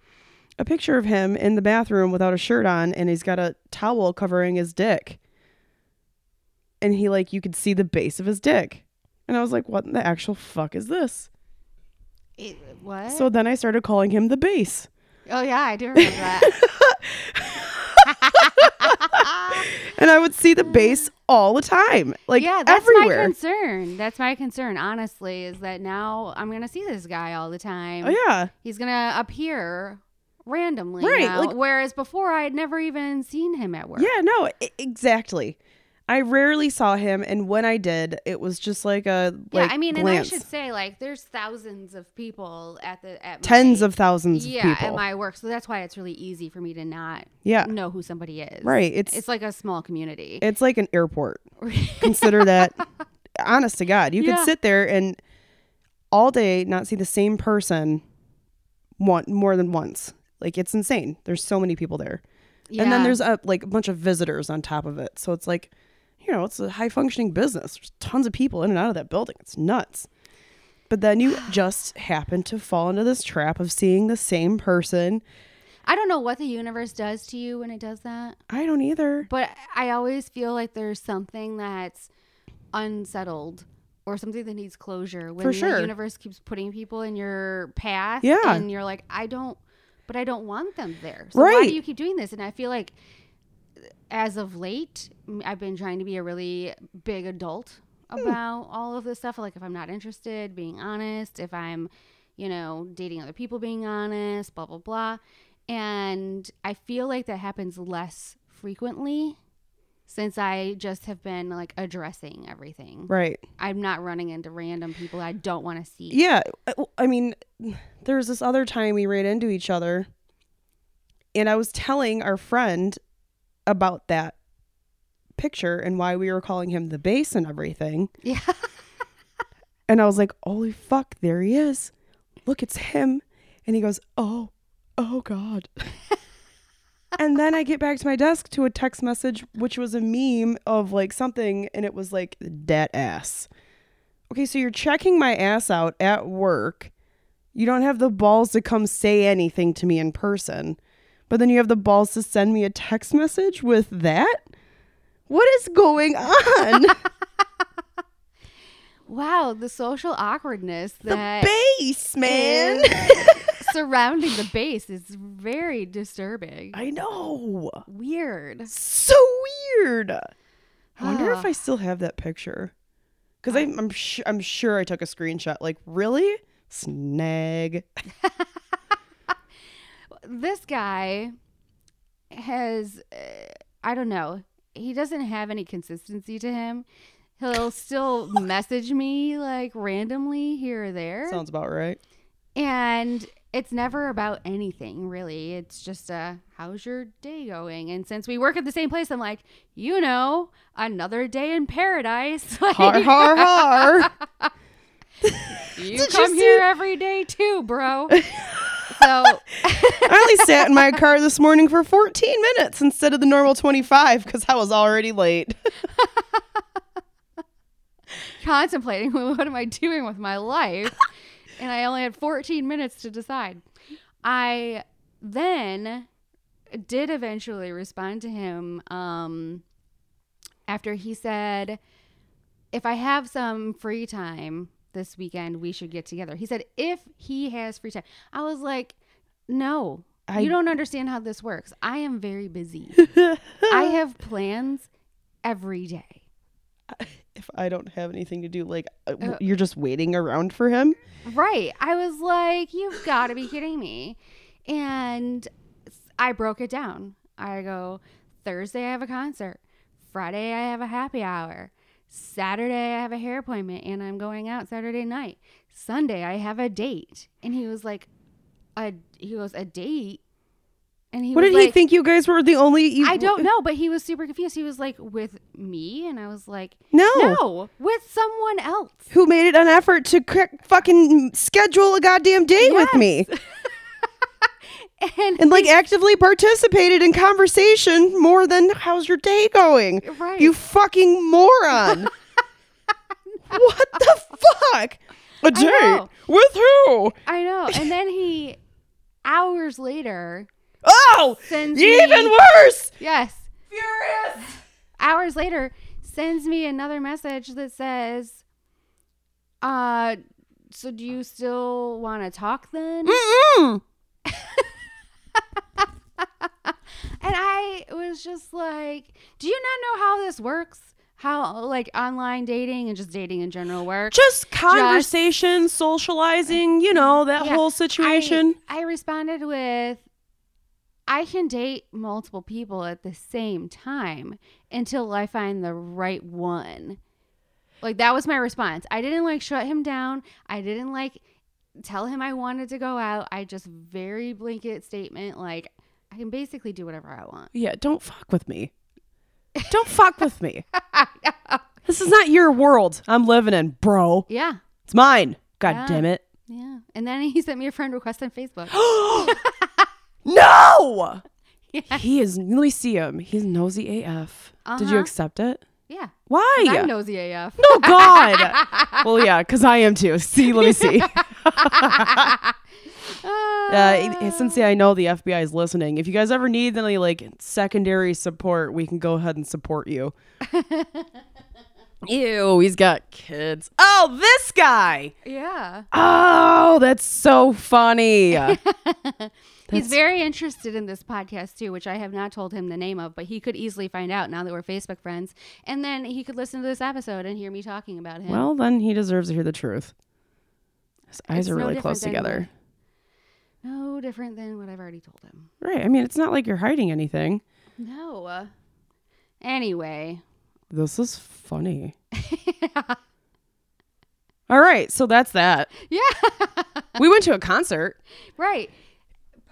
S1: a picture of him in the bathroom without a shirt on and he's got a towel covering his dick. And he like you could see the base of his dick. And I was like, "What in the actual fuck is this?"
S2: It, what?
S1: So then I started calling him the base.
S2: oh yeah, I do remember that.
S1: And I would see the base all the time. Like
S2: yeah, that's my
S1: everywhere.
S2: concern. That's my concern, honestly, is that now I'm gonna see this guy all the time.
S1: oh yeah.
S2: He's gonna appear randomly.
S1: Right,
S2: now,
S1: like-
S2: whereas before I had never even seen him at work.
S1: Yeah, no, e- exactly. I rarely saw him, and when I did, it was just like a
S2: Yeah,
S1: like
S2: I mean, and I
S1: glance.
S2: should say, like, there's thousands of people at the at
S1: tens
S2: my,
S1: of thousands
S2: yeah
S1: of people.
S2: at my work, so that's why it's really easy for me to not
S1: yeah,
S2: know who somebody is.
S1: right. It's
S2: It's
S1: it's,
S2: like a small community.
S1: like an airport. Consider that. honest to God, you
S2: Yeah.
S1: could sit there and all day not see the same person one more than once. Like it's insane. There's so many people there, and
S2: Yeah.
S1: then there's a like a bunch of visitors on top of it. So it's like, you know, it's a high functioning business. There's tons of people in and out of that building. It's nuts. But then you just happen to fall into this trap of seeing the same person.
S2: I don't know what the universe does to you when it does that,
S1: I don't either.
S2: but I always feel like there's something that's unsettled or something that needs closure when
S1: For
S2: the
S1: sure.
S2: universe keeps putting people in your path
S1: Yeah.
S2: and you're like I don't but I don't want them there. So why
S1: Right.
S2: do you keep doing this? And I feel like as of late m- I've been trying to be a really big adult
S1: Hmm.
S2: about all of this stuff like if I'm not interested, being honest, if I'm you know, dating other people, being honest, blah blah blah. And I feel like that happens less frequently since I just have been like addressing everything.
S1: Right.
S2: I'm not running into random people I don't want to see.
S1: Yeah. I- I mean, there was this other time we ran into each other, and I was telling our friend about that picture and why we were calling him the base and everything.
S2: Yeah.
S1: And I was like, holy fuck, there he is. Look, it's him. And he goes, oh, oh God. and then I get back to my desk to a text message, which was a meme of like something, and it was like, dat ass. Okay, so you're checking my ass out at work. You don't have the balls to come say anything to me in person, but then you have the balls to send me a text message with that? What is going on?
S2: Wow, the social awkwardness that
S1: Base, man.
S2: is surrounding the base is very disturbing.
S1: I know.
S2: Weird.
S1: so weird. I wonder if
S2: Ah.
S1: I still have that picture. Because I'm I'm, su- I'm sure I took a screenshot. Like really snag.
S2: This guy has uh, I don't know. He doesn't have any consistency to him. He'll still message me like randomly here or there.
S1: Sounds about right.
S2: And it's never about anything, really. It's just a how's your day going? And since we work at the same place, I'm like, you know, another day in paradise. Like,
S1: Har har har.
S2: you
S1: Did you
S2: come
S1: see-
S2: here every day too, bro. so
S1: I only sat in my car this morning for 14 minutes instead of the normal 25 because I was already late.
S2: contemplating what am I doing with my life? And I only had 14 minutes to decide. I then did eventually respond to him um, after he said, If I have some free time this weekend, we should get together. He said, If he has free time. I was like, No,
S1: I-
S2: you don't understand how this works. I am very busy. I
S1: I
S2: have plans every day.
S1: if I don't have anything to do, like uh, w- you're just waiting around for him.
S2: Right. I was like, you've got to be kidding me. And I broke it down. I go, Thursday I have a concert. Friday I have a happy hour. Saturday I have a hair appointment and I'm going out Saturday night. Sunday I have a date. And he was like, a he goes a date. And he
S1: what
S2: was
S1: did he
S2: like,
S1: think? You guys were the only. e You,
S2: I don't know, but he was super confused. He was like, with me? And I was like,
S1: No.
S2: no with someone else.
S1: who made it an effort to cr- fucking schedule a goddamn date with me
S2: And
S1: and like actively participated in conversation more than how's your day going
S2: right.
S1: you fucking moron what the fuck? A date
S2: know.
S1: with who?
S2: I know. And then he, hours later,
S1: Oh,
S2: sends me
S1: even worse.
S2: yes,
S1: Furious.
S2: hours later sends me another message that says, "Uh, so do you still want to talk then?"
S1: Mm. Mm-mm.
S2: And I was just like, "Do you not know how this works? How like online dating and just dating in general works?"
S1: Just conversation, socializing, you know, that
S2: Yeah,
S1: whole situation.
S2: I, I responded with, I can date multiple people at the same time until I find the right one. Like that was my response. I didn't like shut him down. I didn't like tell him I wanted to go out. I just very blanket statement like I can basically do whatever I want.
S1: yeah, don't fuck with me. Don't fuck with me. This is not your world I'm living in, bro.
S2: yeah.
S1: It's mine. God
S2: Yeah.
S1: damn it.
S2: Yeah. And then he sent me a friend request on Facebook.
S1: no!
S2: Yeah.
S1: He is, let me see him. He's nosy AF. Did you
S2: Uh-huh. accept
S1: accept it?
S2: yeah. E
S1: Why?
S2: I'm nosy AF.
S1: Oh, God. well, yeah, because I am too. See, let me see. Uh, since I know the FBI is listening, if you guys ever need any like secondary support, we can go ahead and support you. Ew, he's got kids. Oh, this guy.
S2: yeah.
S1: Oh, that's so funny.
S2: He's very interested in this podcast too, which I have not told him the name of, but he could easily find out now that we're Facebook friends. And then he could listen to this episode and hear me talking about him.
S1: well, then he deserves to hear the truth. His eyes
S2: It's
S1: are
S2: no
S1: really
S2: different
S1: close
S2: than-
S1: together.
S2: no different than what I've already told him.
S1: Right. I mean, it's not like you're hiding anything.
S2: No. Anyway,
S1: This is funny. All right, so that's that.
S2: yeah,
S1: We went to a concert.
S2: right.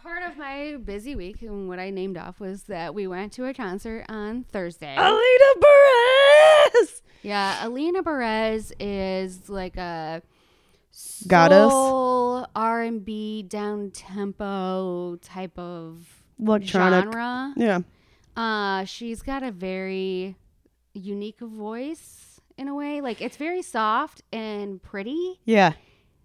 S2: Part of my busy week and what I named off was that we went to a concert on Thursday.
S1: Alita Perez.
S2: Yeah, Alina Perez is like a
S1: Goddess?
S2: R and B down tempo type of
S1: Electronic.
S2: genre.
S1: Yeah.
S2: Uh, she's got a very unique voice in a way. Like it's very soft and pretty.
S1: Yeah.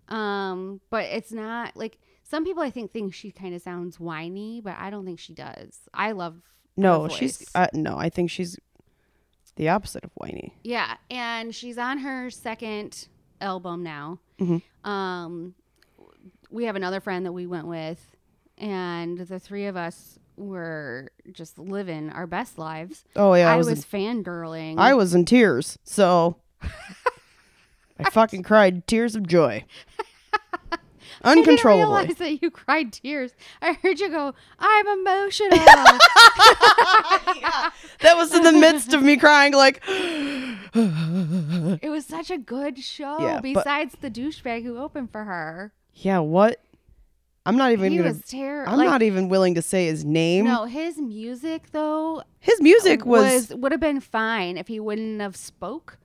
S2: Um, but it's not like some people I think think she kind of sounds whiny, but I don't think she does. I love her
S1: No, she's
S2: voice.
S1: uh, no. I think she's the opposite of whiny.
S2: Yeah, and she's on her second album now.
S1: Mhm.
S2: Um, we have another friend that we went with, and the three of us were just living our best lives.
S1: Oh yeah,
S2: I, was, fangirling.
S1: I was in tears. So I fucking cried tears of joy.
S2: I
S1: Uncontrollably.
S2: didn't realize that you cried tears. I heard you go, "I'm emotional." yeah,
S1: That was in the midst of me crying like
S2: It was such a good show.
S1: Yeah, but-
S2: besides the douchebag who opened for her,
S1: Yeah, what? I'm not even
S2: he
S1: gonna
S2: was terrible.
S1: I'm not even willing to say his name.
S2: No, his music though
S1: His music was,
S2: would have been fine if he wouldn't have spoke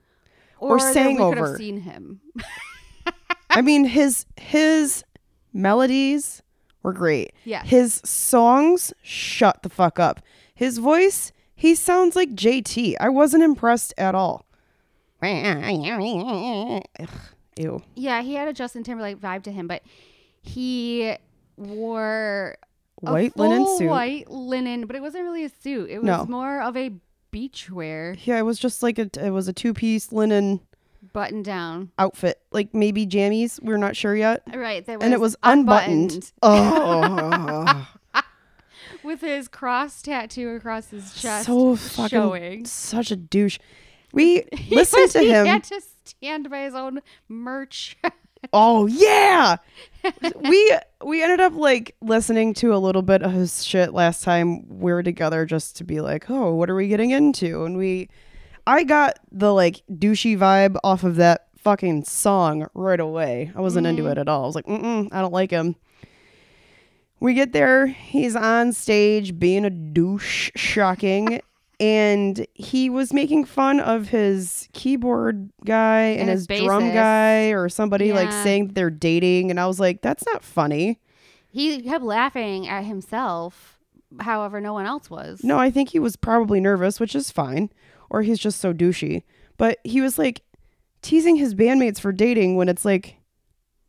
S1: Or
S2: that
S1: sang
S2: we could have
S1: over.
S2: seen him.
S1: I mean his his melodies were great.
S2: Yeah.
S1: His songs shut the fuck up. His voice, he sounds like JT. I wasn't impressed at all. Ugh, ew.
S2: yeah, he had a Justin Timberlake vibe to him, but he wore a
S1: White linen
S2: full
S1: suit.
S2: white linen, but it wasn't really a suit. It was
S1: No.
S2: more of a beachwear
S1: Yeah, it was just like a, it was a two piece linen
S2: button down.
S1: outfit, like maybe jammies. We're not sure yet.
S2: Right, that was
S1: And it was unbuttoned. Oh,
S2: with his cross tattoo across his chest,
S1: so fucking
S2: showing.
S1: such a douche. We listened to
S2: he
S1: him.
S2: had to stand by his own merch.
S1: Oh yeah. we we ended up like listening to a little bit of his shit last time we were together just to be like, "Oh, what are we getting into?" And we I got the like douchey vibe off of that fucking song right away. I wasn't into it at all. I was like, "Mm, I don't like him." We get there, he's on stage being a douche, shocking. And he was making fun of his keyboard guy and,
S2: And his
S1: his, drum
S2: bassist.
S1: guy or somebody like
S2: Yeah.
S1: saying that they're dating. And I was like, that's not funny.
S2: He kept laughing at himself. However, no one else was.
S1: No, I think he was probably nervous, which is fine. Or he's just so douchey. But he was like teasing his bandmates for dating when it's like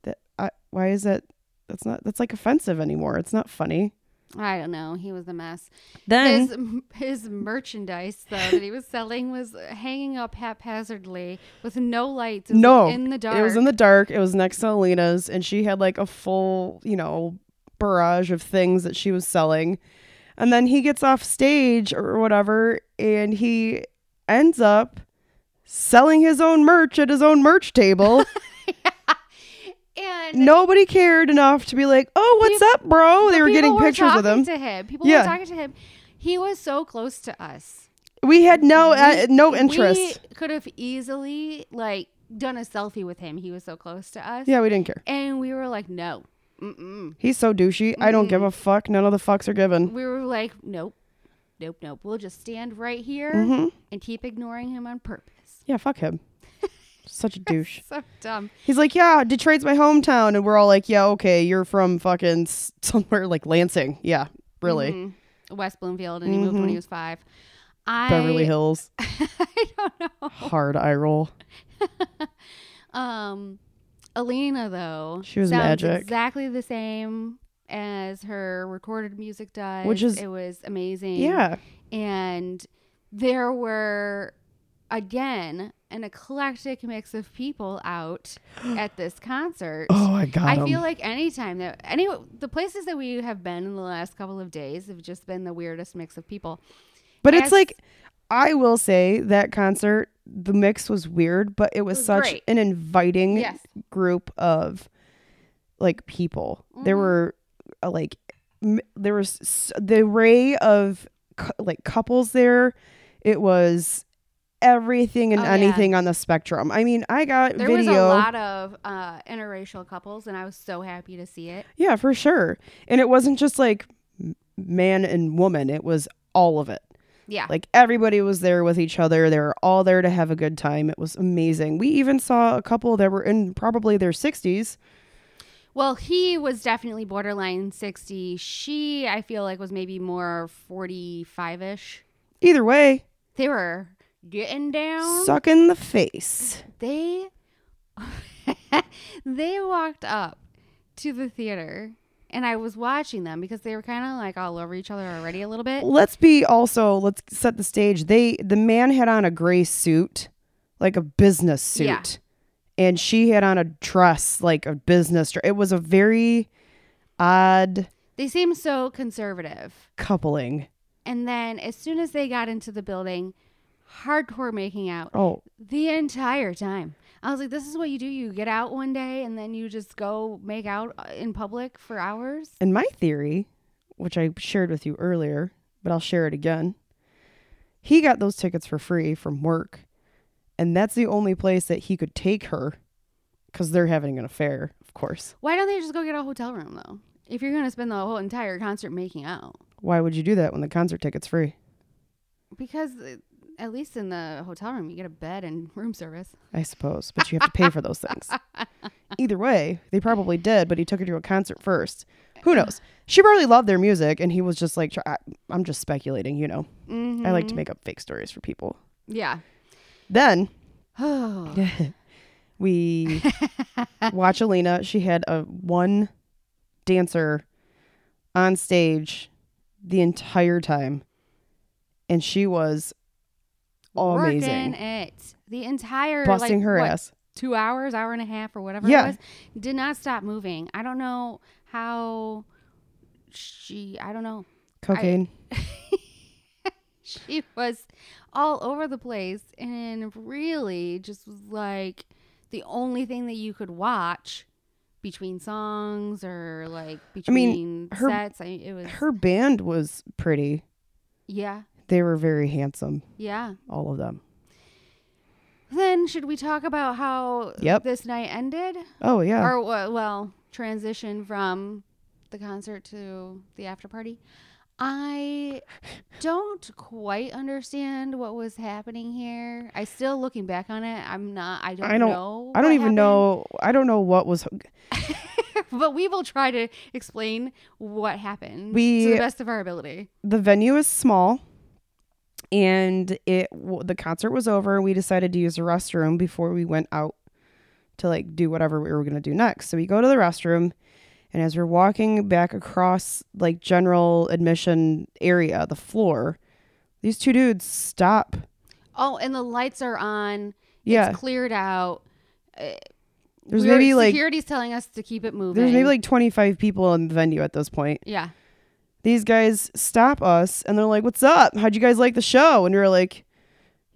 S1: that I, why is that that's not that's like offensive anymore. It's not funny.
S2: I don't know. He was a mess.
S1: Then
S2: His his merchandise though that he was selling was hanging up haphazardly with no lights. It was
S1: no,
S2: in the dark.
S1: It was in the dark. It was next to Alina's, and she had like a full, you know, barrage of things that she was selling. And then he gets off stage or whatever, and he ends up selling his own merch at his own merch table.
S2: and
S1: Nobody cared enough to be like, "Oh, what's
S2: Peop-
S1: up, bro?" They were
S2: people
S1: getting
S2: were
S1: pictures with
S2: talking
S1: him.
S2: To him, people
S1: Yeah.
S2: were talking to him. He was so close to us.
S1: we had no uh, no
S2: We
S1: interest.
S2: could have easily like done a selfie with him. He was so close to us.
S1: yeah, we didn't care.
S2: And we were like, no. Mm-mm.
S1: He's so douchey. I don't
S2: Mm.
S1: give a fuck. None of the fucks are given.
S2: We were like, nope, nope, nope. We'll just stand right here
S1: Mm-hmm.
S2: and keep ignoring him on purpose.
S1: Yeah, fuck him. Such a douche.
S2: So dumb.
S1: He's like, yeah, Detroit's my hometown, and we're all like, yeah, okay, you're from fucking s- somewhere like Lansing, yeah, really, Mm-hmm.
S2: Mhm. West Bloomfield, and he moved when he was five. I,
S1: Beverly Hills.
S2: I don't know.
S1: Hard eye roll.
S2: Um, Alina though,
S1: She was
S2: sounds
S1: magic.
S2: Exactly the same as her recorded music does,
S1: Which is-
S2: it was amazing.
S1: Yeah,
S2: and there were again an eclectic mix of people out at this concert.
S1: Oh, I got
S2: I
S1: 'em.
S2: feel like any time that any the places that we have been in the last couple of days have just been the weirdest mix of people.
S1: but it's
S2: as-
S1: like, I will say that concert, the mix was weird, but it was,
S2: was
S1: such
S2: great.
S1: an inviting
S2: Yes.
S1: group of like people. There
S2: Mhm.
S1: were uh, like, m- there was s- the array of cou- like couples there. It was everything and
S2: Oh, yeah.
S1: anything on the spectrum. I mean, I got
S2: There was
S1: video.
S2: a lot of uh, interracial couples, and I was so happy to see it.
S1: Yeah, for sure. And it wasn't just like m- man and woman, it was all of it.
S2: Yeah,
S1: Like everybody was there with each other. They were all there to have a good time. It was amazing. We even saw a couple that were in probably their 60s.
S2: Well, he was definitely borderline 60. She, I feel like, was maybe more 45 ish.
S1: Either way,
S2: They were getting down.
S1: suck in the face.
S2: they they walked up to the theater and I was watching them because they were kind of like all over each other already a little bit.
S1: Let's be also, let's set the stage. They the man had on a gray suit, like a business suit.
S2: Yeah.
S1: And she had on a dress, like a business dress. It was a very odd
S2: They seemed so conservative.
S1: coupling.
S2: And then as soon as they got into the building, hardcore making out
S1: Oh,
S2: the entire time. I was like, this is what you do. You get out one day and then you just go make out uh, in public for hours.
S1: And my theory, which I shared with you earlier, but I'll share it again, he got those tickets for free from work. And that's the only place that he could take her because they're having an affair, of course.
S2: Why don't they just go get a hotel room though? If you're gonna spend the whole entire concert making out,
S1: Why would you do that when the concert ticket's free?
S2: because uh, at least in the hotel room you get a bed and room service.
S1: I suppose, but you have to pay for those things. Either way, they probably did, but he took her to a concert first. Who knows? She probably loved their music, and he was just like, try- I- I'm just speculating, you know.
S2: Mm-hmm.
S1: I like to make up fake stories for people.
S2: Yeah.
S1: Then
S2: Oh.
S1: we watch Alina. She had a one dancer on stage the entire time, and she was amazing,
S2: Working it the entire
S1: busting
S2: like,
S1: her
S2: what,
S1: ass.
S2: two hours, hour and a half, or whatever
S1: Yeah.
S2: it was, did not stop moving. I don't know how she. I don't know.
S1: Cocaine.
S2: she was all over the place and really just was like the only thing that you could watch between songs or like
S1: I
S2: between
S1: mean, her-
S2: sets. I, it was
S1: her band was pretty.
S2: yeah,
S1: They were very handsome,
S2: yeah.
S1: all of them.
S2: Then should we talk about how
S1: Yep.
S2: this night ended
S1: Oh yeah,
S2: or wha- well transition from the concert to the after party? I don't quite understand what was happening here. I still looking back on it. I'm not. I don't.
S1: I don't-
S2: know.
S1: I don't
S2: what
S1: even
S2: happened.
S1: know. I don't know what was.
S2: but we will try to explain what happened
S1: We-
S2: to the best of our ability.
S1: The venue is small. and it w- the concert was over and we decided to use the restroom before we went out to like do whatever we were going to do next so we go to the restroom and as we're walking back across like general admission area the floor these two dudes stop
S2: Oh, and the lights are on.
S1: Yeah.
S2: It's cleared out.
S1: there's
S2: We're-
S1: maybe like
S2: security's telling us to keep it moving.
S1: there's maybe like 25 people in the venue at this point
S2: yeah.
S1: these guys stop us and they're like, What's up? How'd you guys like the show? And we were like,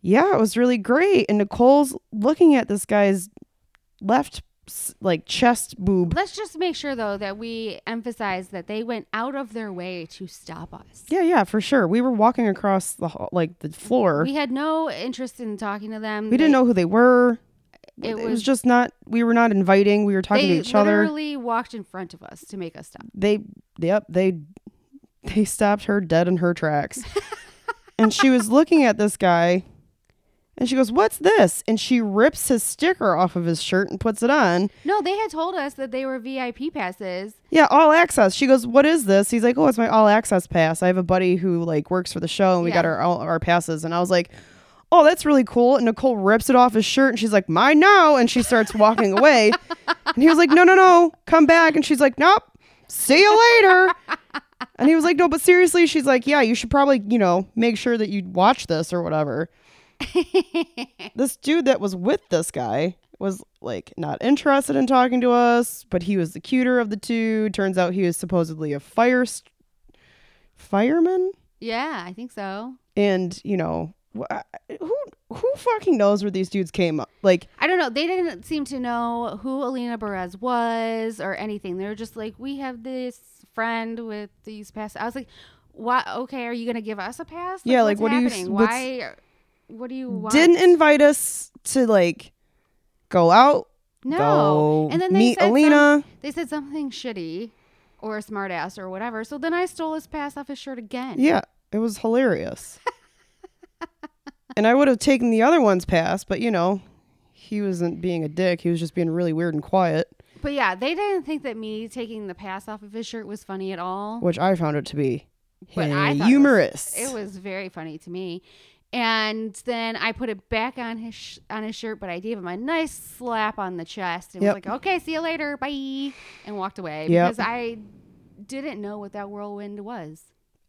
S1: Yeah, it was really great. And Nicole's looking at this guy's left, s- like, chest boob.
S2: Let's just make sure though that we emphasize that they went out of their way to stop us.
S1: Yeah, yeah, for sure. We were walking across the hall, like the floor.
S2: We had no interest in talking to them.
S1: We didn't know who they were.
S2: It
S1: It, was,
S2: was-
S1: just not, we were not inviting. We were talking to
S2: They
S1: each other.
S2: literally walked in front of us to make us stop.
S1: They, yep, they, they stopped her dead in her tracks. and she was looking at this guy and she goes, What's this? And she rips his sticker off of his shirt and puts it on.
S2: No, they had told us that they were VIP passes.
S1: Yeah, all access. She goes, What is this? He's like, Oh, it's my all access pass. I have a buddy who like works for the show and we got
S2: Yeah.
S1: our all our passes. And I was like, Oh, that's really cool. And Nicole rips it off his shirt and she's like, Mine now. And she starts walking away. and he was like, No, no, no, come back. And she's like, Nope. See you later. and he was like, No, but seriously, she's like, Yeah, you should probably, you know, make sure that you watch this or whatever. this dude that was with this guy was like not interested in talking to us, but he was the cuter of the two. Turns out he was supposedly a fire st- fireman,
S2: Yeah, I think so.
S1: and you know wh- I- who who fucking knows where these dudes came up. Like
S2: I don't know. They didn't seem to know who Alina Perez was or anything. They were just like, we have this friend with these passes. I was like, what? Okay, are you going to give us a pass?
S1: Yeah, like,
S2: what's
S1: what do you s-
S2: happening?
S1: what's-
S2: Why? What do you want?
S1: didn't invite us to like go out,
S2: no.
S1: go
S2: and then they
S1: meet
S2: said
S1: Alina.
S2: some- they said something shitty or a smartass or whatever. So then I stole his pass off his shirt again.
S1: Yeah, it was hilarious. and I would have taken the other one's pass, but you know, he wasn't being a dick. He was just being really weird and quiet.
S2: But yeah, they didn't think that me taking the pass off of his shirt was funny at all.
S1: which I found it to be
S2: But I thought it was-
S1: humorous.
S2: It was very funny to me. And then I put it back on his sh- on his shirt, but I gave him a nice slap on the chest and
S1: Yep.
S2: was like, "Okay, see you later, bye," and walked away
S1: Yep.
S2: because I didn't know what that whirlwind was.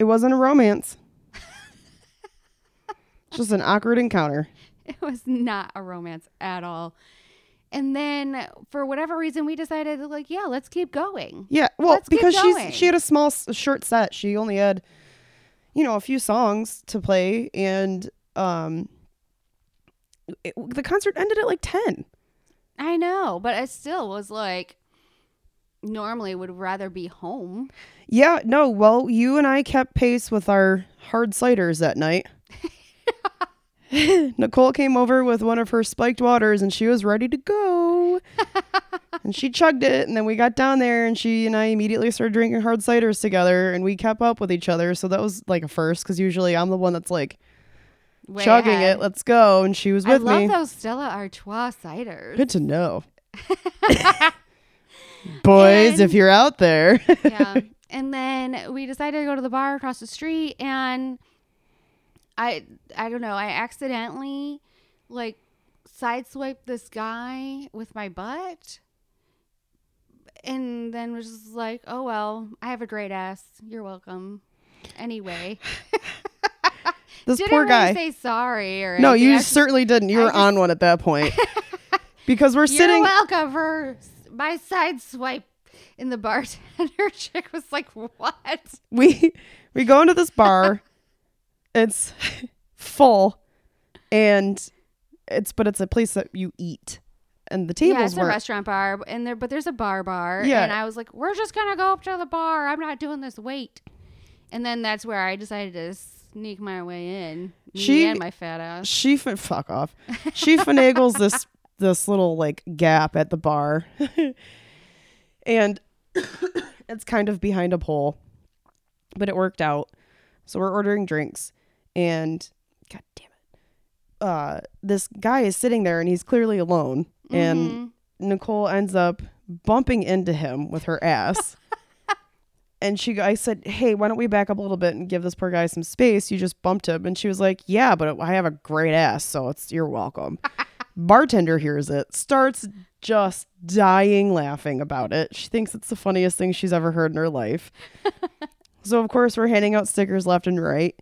S1: not a romance. Just an awkward encounter.
S2: It was not a romance at all. And then for whatever reason, we decided like, yeah, let's keep going.
S1: Yeah, well,
S2: Let's keep
S1: because
S2: going.
S1: she's she had a small, s- short set. She only had, you know, a few songs to play, and um, it, the concert ended at like ten.
S2: I know, but I still was like, normally would rather be home.
S1: Yeah, no, well, you and I kept pace with our hard ciders that night. Nicole came over with one of her spiked waters and she was ready to go. and she chugged it and then we got down there and she and I immediately started drinking hard ciders together and we kept up with each other. So that was like a first cuz usually I'm the one that's like
S2: Way
S1: chugging
S2: ahead.
S1: it, let's go and she was
S2: I
S1: with
S2: love
S1: me.
S2: those Stella Artois ciders.
S1: Good to know. Boys, if
S2: And-
S1: you're out there.
S2: yeah. And then we decided to go to the bar across the street and I I don't know, I accidentally like sideswiped this guy with my butt. And then was just like, "Oh well, I have a great ass. You're welcome." Anyway,
S1: this
S2: didn't
S1: poor
S2: really
S1: guy.
S2: say sorry or
S1: No,
S2: anything. I
S1: you
S2: was just
S1: certainly didn't. You
S2: I
S1: were
S2: just-
S1: on one at that point. because we're
S2: You're
S1: sitting
S2: welcome for s- my side swipe. And the bartender chick was like, "What?"
S1: we we go into this bar. it's full and it's but it's a place that you eat. And the
S2: Yeah,
S1: tables
S2: it's a
S1: were
S2: restaurant bar, b- and there, but there's a bar bar.
S1: Yeah.
S2: and I was like, "We're just gonna go up to the bar. I'm not doing this wait." And then that's where I decided to sneak my way in. Me
S1: She-
S2: and my fat ass.
S1: she fin- fuck off. She finagles this this little like gap at the bar. and it's kind of behind a pole. But it worked out. So we're ordering drinks and god damn it. Uh this guy is sitting there and he's clearly alone and
S2: Mhm.
S1: Nicole ends up bumping into him with her ass. and she, I said, hey, why don't we back up a little bit and give this poor guy some space? You just bumped him, and she was like, yeah, but I have a great ass, so it's you're welcome. Bartender hears it, starts just dying laughing about it. She thinks it's the funniest thing she's ever heard in her life. so of course we're handing out stickers left and right.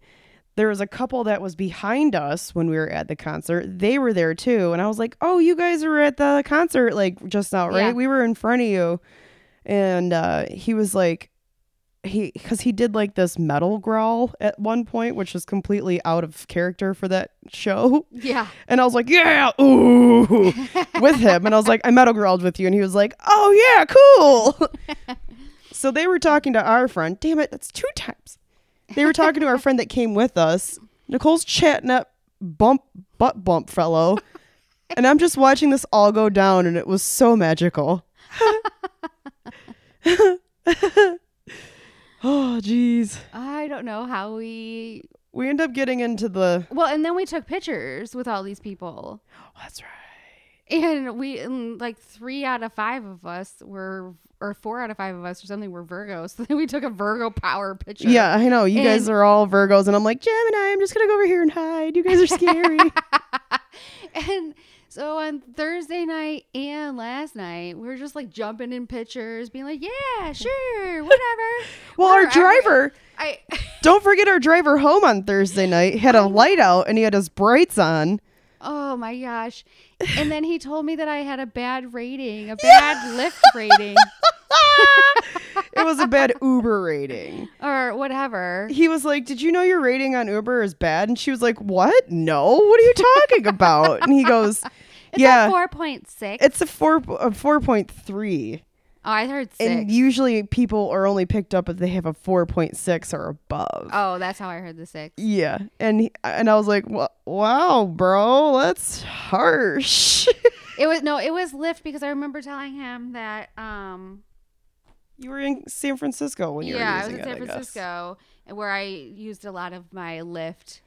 S1: There was a couple that was behind us when we were at the concert. They were there too, and I was like, "Oh, you guys were at the concert like just now, right?
S2: Yeah.
S1: We were in front of you." And uh, he was like, he because he did like this metal growl at one point, which is completely out of character for that show.
S2: Yeah.
S1: And I was like, yeah, ooh, with him. And I was like, I metal growled with you. And he was like, oh, yeah, cool. so they were talking to our friend. Damn it, that's two times. They were talking to our friend that came with us. Nicole's chatting up bump, butt bump fellow. And I'm just watching this all go down, and it was so magical. oh, jeez.
S2: I don't know how we.
S1: We end up getting into the.
S2: Well, and then we took pictures with all these people.
S1: Oh, that's right.
S2: And we, and like three out of five of us were, or four out of five of us or something were Virgos. So then we took a Virgo power picture.
S1: Yeah, I know. You guys
S2: And-
S1: are all Virgos, and I'm like, Gemini, I'm just going to go over here and hide. You guys are scary.
S2: and so on Thursday night and last night, we were just like jumping in pictures, being like, yeah, sure, whatever.
S1: well, our
S2: We're every-
S1: driver,
S2: I,
S1: don't forget our driver home on Thursday night, had a light out and he had his brights on.
S2: oh my gosh. And then he told me that I had a bad rating, a bad lift rating,
S1: It was a bad Uber rating.
S2: or whatever.
S1: He was like, Did you know your rating on Uber is bad? And she was like, What? No, what are you talking about? And he goes,
S2: It's
S1: Yeah,
S2: yeah. 4.6.
S1: it's a, four, a 4.3.
S2: oh, I heard 6.
S1: And usually people are only picked up if they have a 4.6 or above.
S2: oh, that's how I heard the 6.
S1: Yeah, and he, and I was like, "Wa- "Wow, bro, that's harsh."
S2: It was no, it was lift because I remember telling him that um
S1: you were in San Francisco when you
S2: yeah,
S1: were
S2: I was
S1: using
S2: in San
S1: it, I guess.
S2: Francisco where I used a lot of my lift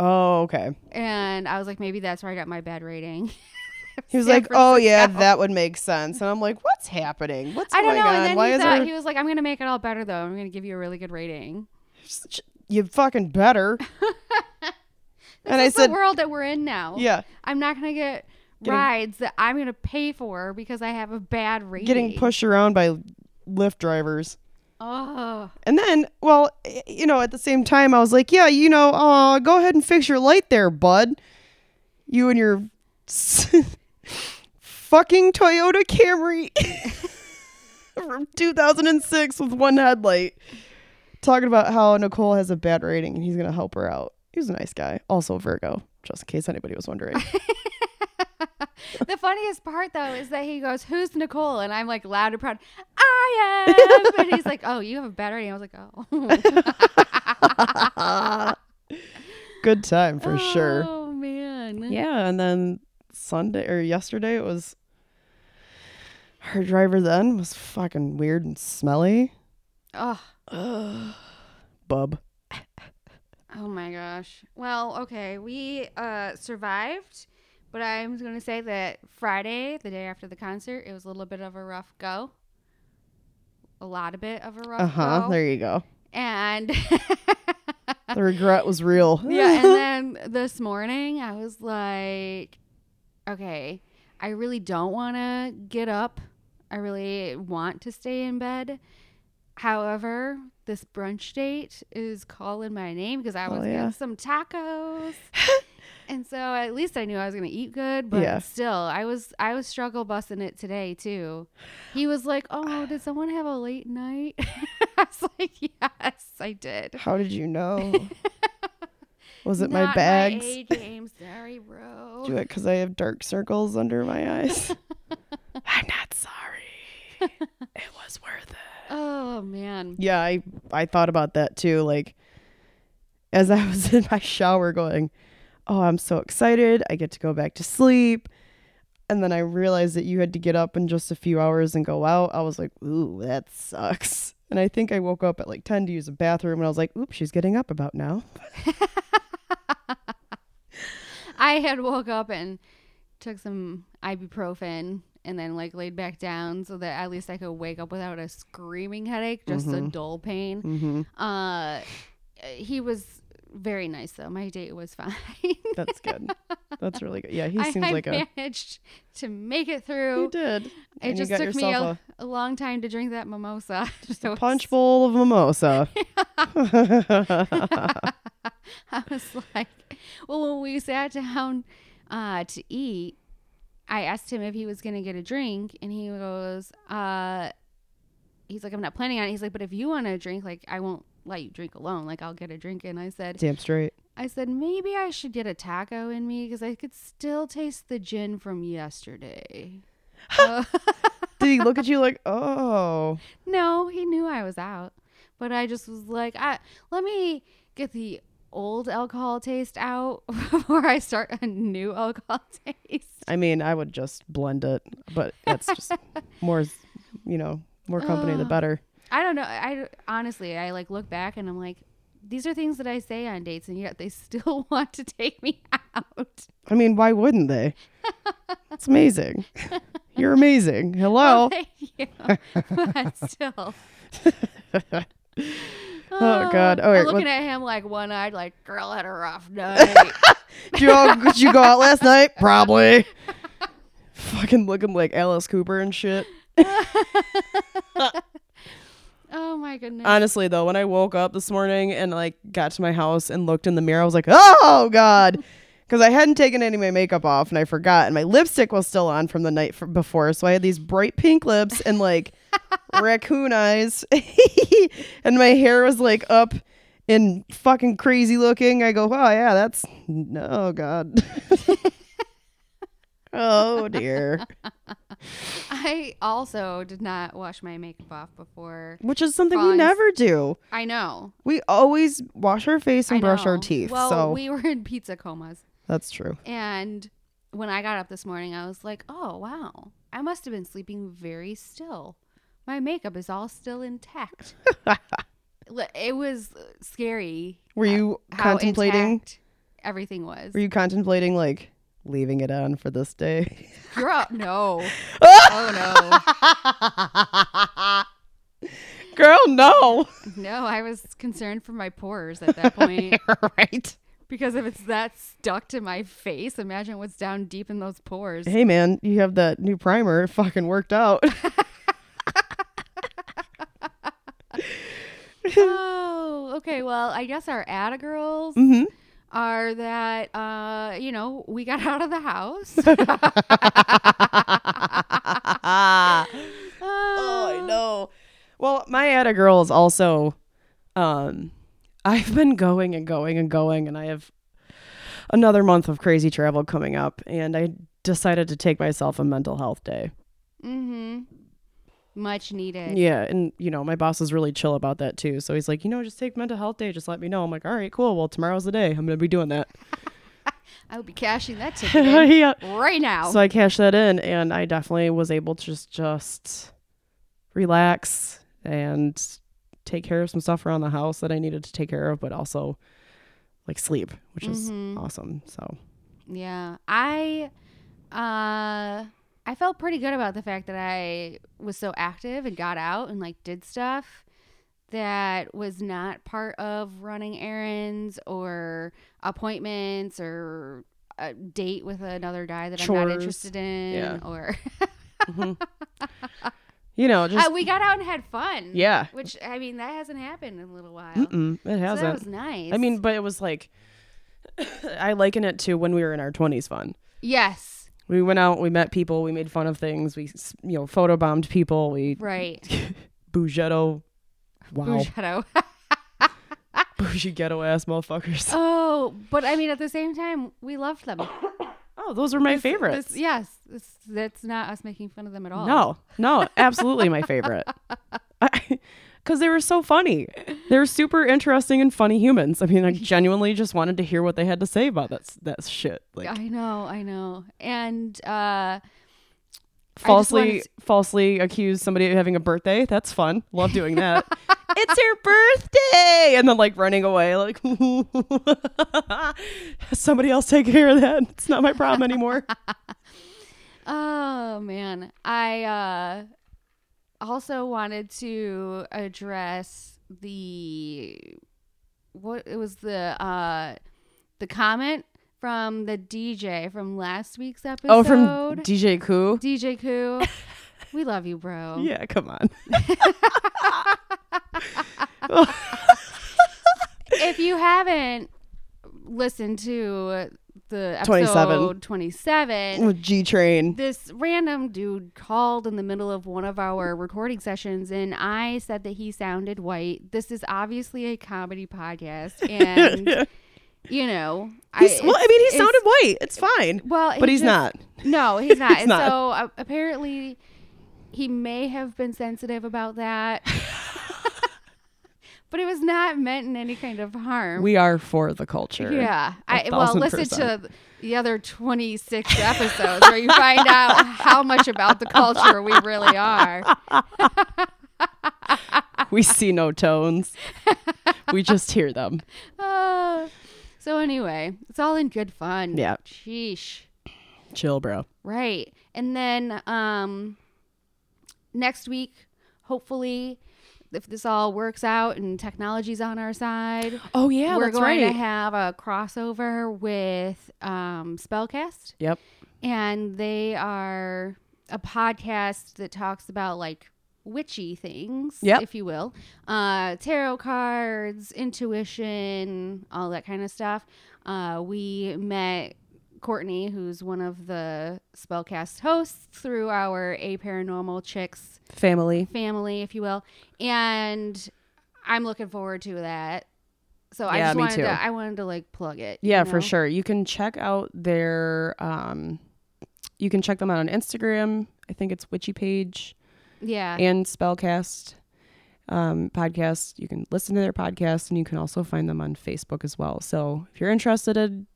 S1: Oh, okay.
S2: And I was like, maybe that's where I got my bad rating.
S1: Oh He was
S2: San
S1: like, "Oh yeah,
S2: Francisco.
S1: that would make sense." And I'm like, "What's happening? What's
S2: I don't
S1: going
S2: know.
S1: on?
S2: And then
S1: Why
S2: he
S1: is
S2: thought
S1: there
S2: he was like, I'm gonna make it all better though. I'm gonna give you a really good rating.
S1: you fucking better?" and I
S2: This is
S1: said,
S2: the world that we're in now.
S1: "Yeah,
S2: I'm not gonna get
S1: Getting-
S2: rides that I'm gonna pay for because I have a bad rating.
S1: getting pushed around by Lyft drivers."
S2: Oh,
S1: And then, well, y- you know, at the same time, I was like, yeah, you know, uh, go ahead and fix your light there, bud. You and your fucking Toyota Camry from 2006 with one headlight. Talking about how Nicole has a bad rating and he's going to help her out. He was a nice guy. Also, Virgo, just in case anybody was wondering.
S2: the funniest part though is that he goes, "Who's Nicole?" And I'm like loud and proud. I am. and he's like, "Oh, you have a bad rating." I was like, "Oh,
S1: Good time for sure.
S2: Oh man.
S1: Yeah, and then Sunday or yesterday it was her driver then was fucking weird and smelly.
S2: Oh.
S1: Ugh. Bub.
S2: Oh my gosh. Well, okay, we uh survived, but I'm going to say that Friday, the day after the concert, it was a little bit of a rough go. A lot of bit of a rough
S1: Uh-huh.
S2: go.
S1: There you go.
S2: And
S1: The regret was real.
S2: yeah, and then this morning I was like, okay, I really don't want to get up. I really want to stay in bed. However, this brunch date is calling my name because I
S1: Hell
S2: was
S1: Oh, yeah.
S2: getting some tacos. and so at least I knew I was going to eat good, but
S1: Yeah.
S2: still, I was I was struggle busting it today too. He was like, "Oh, did someone have a late night?" I was like, "Yes, I did."
S1: How did you know? was it
S2: Not
S1: my bags?
S2: A game. Sorry, bro.
S1: Do it because I have dark circles under my eyes. I'm not sorry. it was worth it.
S2: Oh man.
S1: Yeah, I I thought about that too. Like as I was in my shower going, "Oh, I'm so excited. I get to go back to sleep." And then I realized that you had to get up in just a few hours and go out. I was like, "Ooh, that sucks." And I think I woke up at like 10 to use the bathroom and I was like, "Oops, she's getting up about now."
S2: I had woke up and took some ibuprofen and then like laid back down so that at least I could wake up without a screaming headache, just a dull pain.
S1: Mm-hmm.
S2: Uh, he was very nice though. My date was fine.
S1: That's good. That's really good. Yeah, he
S2: I,
S1: seems
S2: I
S1: like a.
S2: managed to make it
S1: You
S2: through.
S1: did.
S2: It
S1: and
S2: just
S1: you got
S2: took me
S1: yourself
S2: a, a long time to drink that mimosa. Just
S1: a punch bowl of mimosa.
S2: I was like, well, when we sat down uh, to eat, I asked him if he was going to get a drink, and he goes, uh, he's like, I'm not planning on it. He's like, but if you want a drink, like, I won't let you drink alone. Like, I'll get a drink. And I said,
S1: Damn straight.
S2: I said, maybe I should get a taco in me because I could still taste the gin from yesterday. Uh,
S1: Did he look at you like, oh,
S2: No, he knew I was out. But I just was like, I, let me get the old alcohol taste out before I start a new alcohol taste.
S1: I mean, I would just blend it, but that's just more, is- you know, more company the
S2: Ugh.
S1: better.
S2: I don't know. I honestly, I like look back and I'm like, these are things that I say on dates, and yet they still want to take me out.
S1: I mean, why wouldn't they? It's amazing. You're amazing. Hello.
S2: thank you. But still.
S1: Oh, God. All
S2: Uh, I'm
S1: right,
S2: looking
S1: what-
S2: at him like one eyed, like, girl had a rough night.
S1: did, you all, did you go out last night? Probably. Fucking looking like Alice Cooper and shit.
S2: oh, my goodness.
S1: Honestly, though, when I woke up this morning and like got to my house and looked in the mirror, I was like, oh god, because I hadn't taken any of my makeup off and I forgot, and my lipstick was still on from the night f- before, so I had these bright pink lips and like raccoon eyes, and my hair was like up and fucking crazy looking. I go, oh yeah, that's oh god, oh dear,
S2: I also did not wash my makeup off before.
S1: which is something we
S2: Fronds.
S1: never do.
S2: I know.
S1: We always wash our face and
S2: I
S1: brush our
S2: know.
S1: teeth,
S2: Well,
S1: so
S2: we were in pizza comas,
S1: that's true.
S2: and when I got up this morning, I was like, "Oh wow, I must have been sleeping very still. My makeup is all still intact." L- it was scary.
S1: Were you
S2: how
S1: contemplating?
S2: intact everything was.
S1: Were you contemplating like leaving it on for this day?
S2: You're up. No. oh
S1: Girl, no.
S2: no. No, I was concerned for my pores at that point
S1: right.
S2: because if it's that stuck to my face, imagine what's down deep in those pores.
S1: Hey man, you have that new primer. It fucking worked out.
S2: oh, okay. Well, I guess our Atta girls
S1: Mhm.
S2: are that uh, you know we got out of the house.
S1: oh, I
S2: Uh,
S1: know. Well, my Atta girl is also um I've been going and going and going and I have another month of crazy travel coming up and I decided to take myself a mental health day.
S2: Mhm. Much needed.
S1: Yeah, and you know, my boss is really chill about that too. So he's like, you know, just take mental health day, just let me know. I'm like, all right, cool. Well, tomorrow's the day. I'm gonna be doing that.
S2: I would be cashing that ticket in
S1: yeah.
S2: right now.
S1: So I cashed that in, and I definitely was able to just just relax and take care of some stuff around the house that I needed to take care of, but also like sleep, which is
S2: Mhm.
S1: awesome. So
S2: yeah, I uh, I felt pretty good about the fact that I was so active and got out and like did stuff that was not part of running errands or appointments or a date with another guy that I'm not
S1: Chores.
S2: interested in
S1: Yeah.
S2: or
S1: you know, just
S2: Uh, we got out and had fun.
S1: yeah.
S2: Which I mean that hasn't happened in a little while.
S1: Mm-mm, it
S2: Oh, So that
S1: hasn't.
S2: was nice.
S1: I mean, but it was like I liken it to when we were in our twenties fun.
S2: yes,
S1: We went out, we met people, we made fun of things, we s- you know photobombed people, we
S2: right.
S1: bougetto, wow,
S2: Ooh, shadow.
S1: bougie ghetto ass motherfuckers.
S2: oh, but I mean at the same time we loved them.
S1: oh, those were my favorites.
S2: This- yes, this, that's not us making fun of them at all.
S1: no, no, absolutely my favorite. Because they were so funny. They were super interesting and funny humans. I mean, I genuinely just wanted to hear what they had to say about that s- that shit. Like
S2: I know, I know, and uh,
S1: falsely
S2: wanted
S1: falsely accuse somebody of having a birthday. That's fun. Love doing that. it's your birthday, and then like running away, like somebody else take care of that. It's not my problem anymore.
S2: Oh man, I uh, also wanted to address the what it was the uh, the comment from the DJ from last week's episode.
S1: Oh, from DJ Koo.
S2: DJ Koo. we love you, bro.
S1: Yeah, come on.
S2: If you haven't listened to the episode
S1: 27.
S2: 27
S1: With G Train.
S2: this random dude called in the middle of one of our recording sessions and I said that he sounded white. This is obviously a comedy podcast and you know,
S1: He's, well, I
S2: it's-
S1: mean, he
S2: it's-
S1: sounded white. It's fine.
S2: well,
S1: but
S2: he
S1: he's
S2: just-
S1: not.
S2: No, he's not.
S1: He's
S2: and
S1: not.
S2: so uh, apparently he may have been sensitive about that. but it was not meant in any kind of harm.
S1: We are for the culture.
S2: Yeah. I,
S1: A
S2: well,
S1: thousand
S2: listen
S1: percent.
S2: to the other 26 episodes where you find out how much about the culture we really are.
S1: We see no tones. we just hear them.
S2: Uh, so, anyway, it's all in good fun.
S1: Yeah.
S2: Sheesh.
S1: Chill, bro.
S2: Right. And then um, next week, hopefully, if this all works out and technology's on our side,
S1: Oh yeah,
S2: we're
S1: that's
S2: going
S1: right.
S2: to have a crossover with um, Spellcast.
S1: yep.
S2: and they are a podcast that talks about like witchy things,
S1: Yep.
S2: if you will, uh, tarot cards, intuition, all that kind of stuff. Uh, we met Courtney, who's one of the spellcast hosts, through our A Paranormal Chicks
S1: Family.
S2: family, if you will, and I'm looking forward to that. So I
S1: Yeah,
S2: just
S1: me
S2: wanted
S1: too.
S2: to I wanted to like plug it. you
S1: Yeah, for
S2: know?
S1: sure. You can check out their um you can check them out on Instagram. I think it's Witchy Page
S2: Yeah.
S1: and Spellcast um podcast. You can listen to their podcast and you can also find them on Facebook as well. So if you're interested in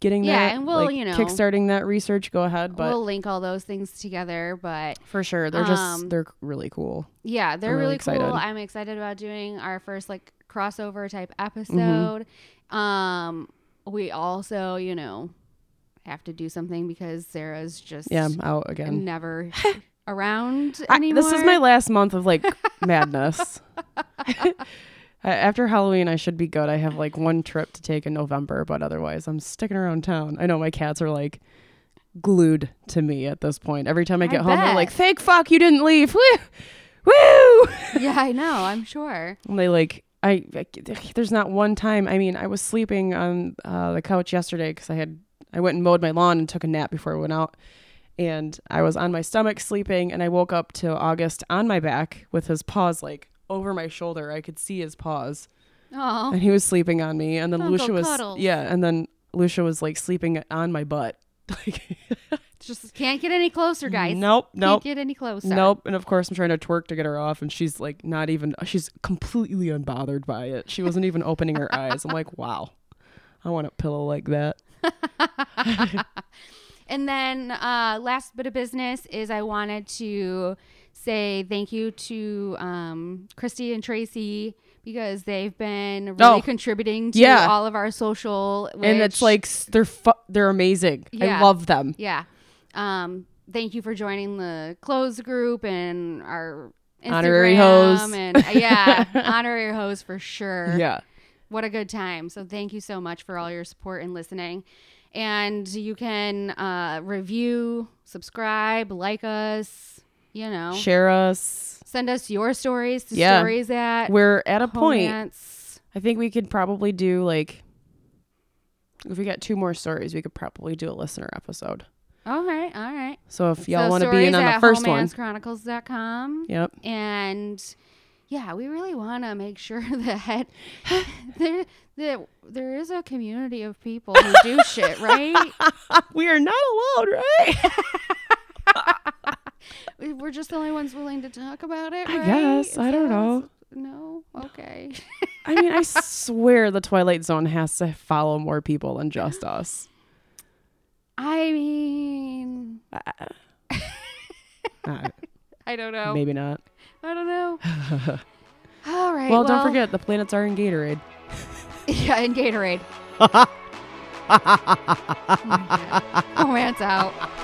S1: getting
S2: Yeah,
S1: that
S2: and we'll,
S1: like,
S2: you know-
S1: kickstarting that research, go ahead. But
S2: we'll link all those things together, but
S1: for sure. They're just
S2: um,
S1: they're really cool.
S2: Yeah, they're
S1: I'm really
S2: really,
S1: excited.
S2: cool. I'm excited about doing our first like crossover type
S1: Mm-hmm.
S2: episode. Um we also, you know, have to do something because Sarah's just
S1: Yeah, I'm out again.
S2: never around
S1: I-
S2: anymore.
S1: this is my last month of like madness. I- After Halloween, I should be good. I have like one trip to take in November, but otherwise, I'm sticking around town. I know my cats are like glued to me at this point. Every time I get home,
S2: bet.
S1: they're like, "Thank fuck you didn't leave!" Woo, woo!
S2: Yeah, I know, I'm sure.
S1: And they like, I, I- there's not one time. I mean, I was sleeping on uh, the couch yesterday because I had I went and mowed my lawn and took a nap before I went out, and I was on my stomach sleeping, and I woke up to August on my back with his paws like over my shoulder. I could see his paws,
S2: Oh.
S1: and he was sleeping on me. And then
S2: Uncle
S1: Lucia was
S2: Cuddles.
S1: yeah, and then Lucia was like sleeping on my butt. Like,
S2: Just can't get any closer, guys.
S1: nope,
S2: Can't
S1: nope.
S2: get any closer.
S1: Nope. And of course, I'm trying to twerk to get her off, and she's like, not even, she's completely unbothered by it. She wasn't even opening her eyes. I'm like, wow, I want a pillow like that.
S2: And then uh, last bit of business is I wanted to say thank you to um, Christy and Tracy because they've been really
S1: Oh.
S2: contributing to
S1: Yeah.
S2: all of our social.
S1: and
S2: which-
S1: it's like, s- they're, fu- they're amazing.
S2: Yeah.
S1: I love them.
S2: yeah. Um, thank you for joining the closed group and our Instagram
S1: Honorary hoes.
S2: and yeah, honorary hoes for sure.
S1: Yeah.
S2: What a good time. So thank you so much for all your support and listening. And you can uh, review, subscribe, like us, you know,
S1: Share us.
S2: send us your stories to
S1: Yeah.
S2: stories at
S1: We're
S2: Oh,
S1: at a point.
S2: Homance.
S1: I think we could probably do like, if we got two more stories, we could probably do a listener episode.
S2: All right, all right.
S1: So if y'all
S2: So
S1: want to be in
S2: stories
S1: on the
S2: at
S1: first one,
S2: homancechronicles.com.
S1: yep.
S2: And yeah, we really want to make sure that there, that there is a community of people who do shit, right?
S1: we are not alone, right?
S2: We- We're just the only ones willing to talk about it,
S1: I
S2: right?
S1: guess. I don't
S2: sounds- No? Okay.
S1: I mean, I swear the Twilight Zone has to follow more people than just us.
S2: I mean,
S1: Uh,
S2: I don't know.
S1: maybe not.
S2: I don't know. All right.
S1: Well, don't forget the planets are in Gatorade.
S2: Yeah, and Gatorade. oh, man, it's out.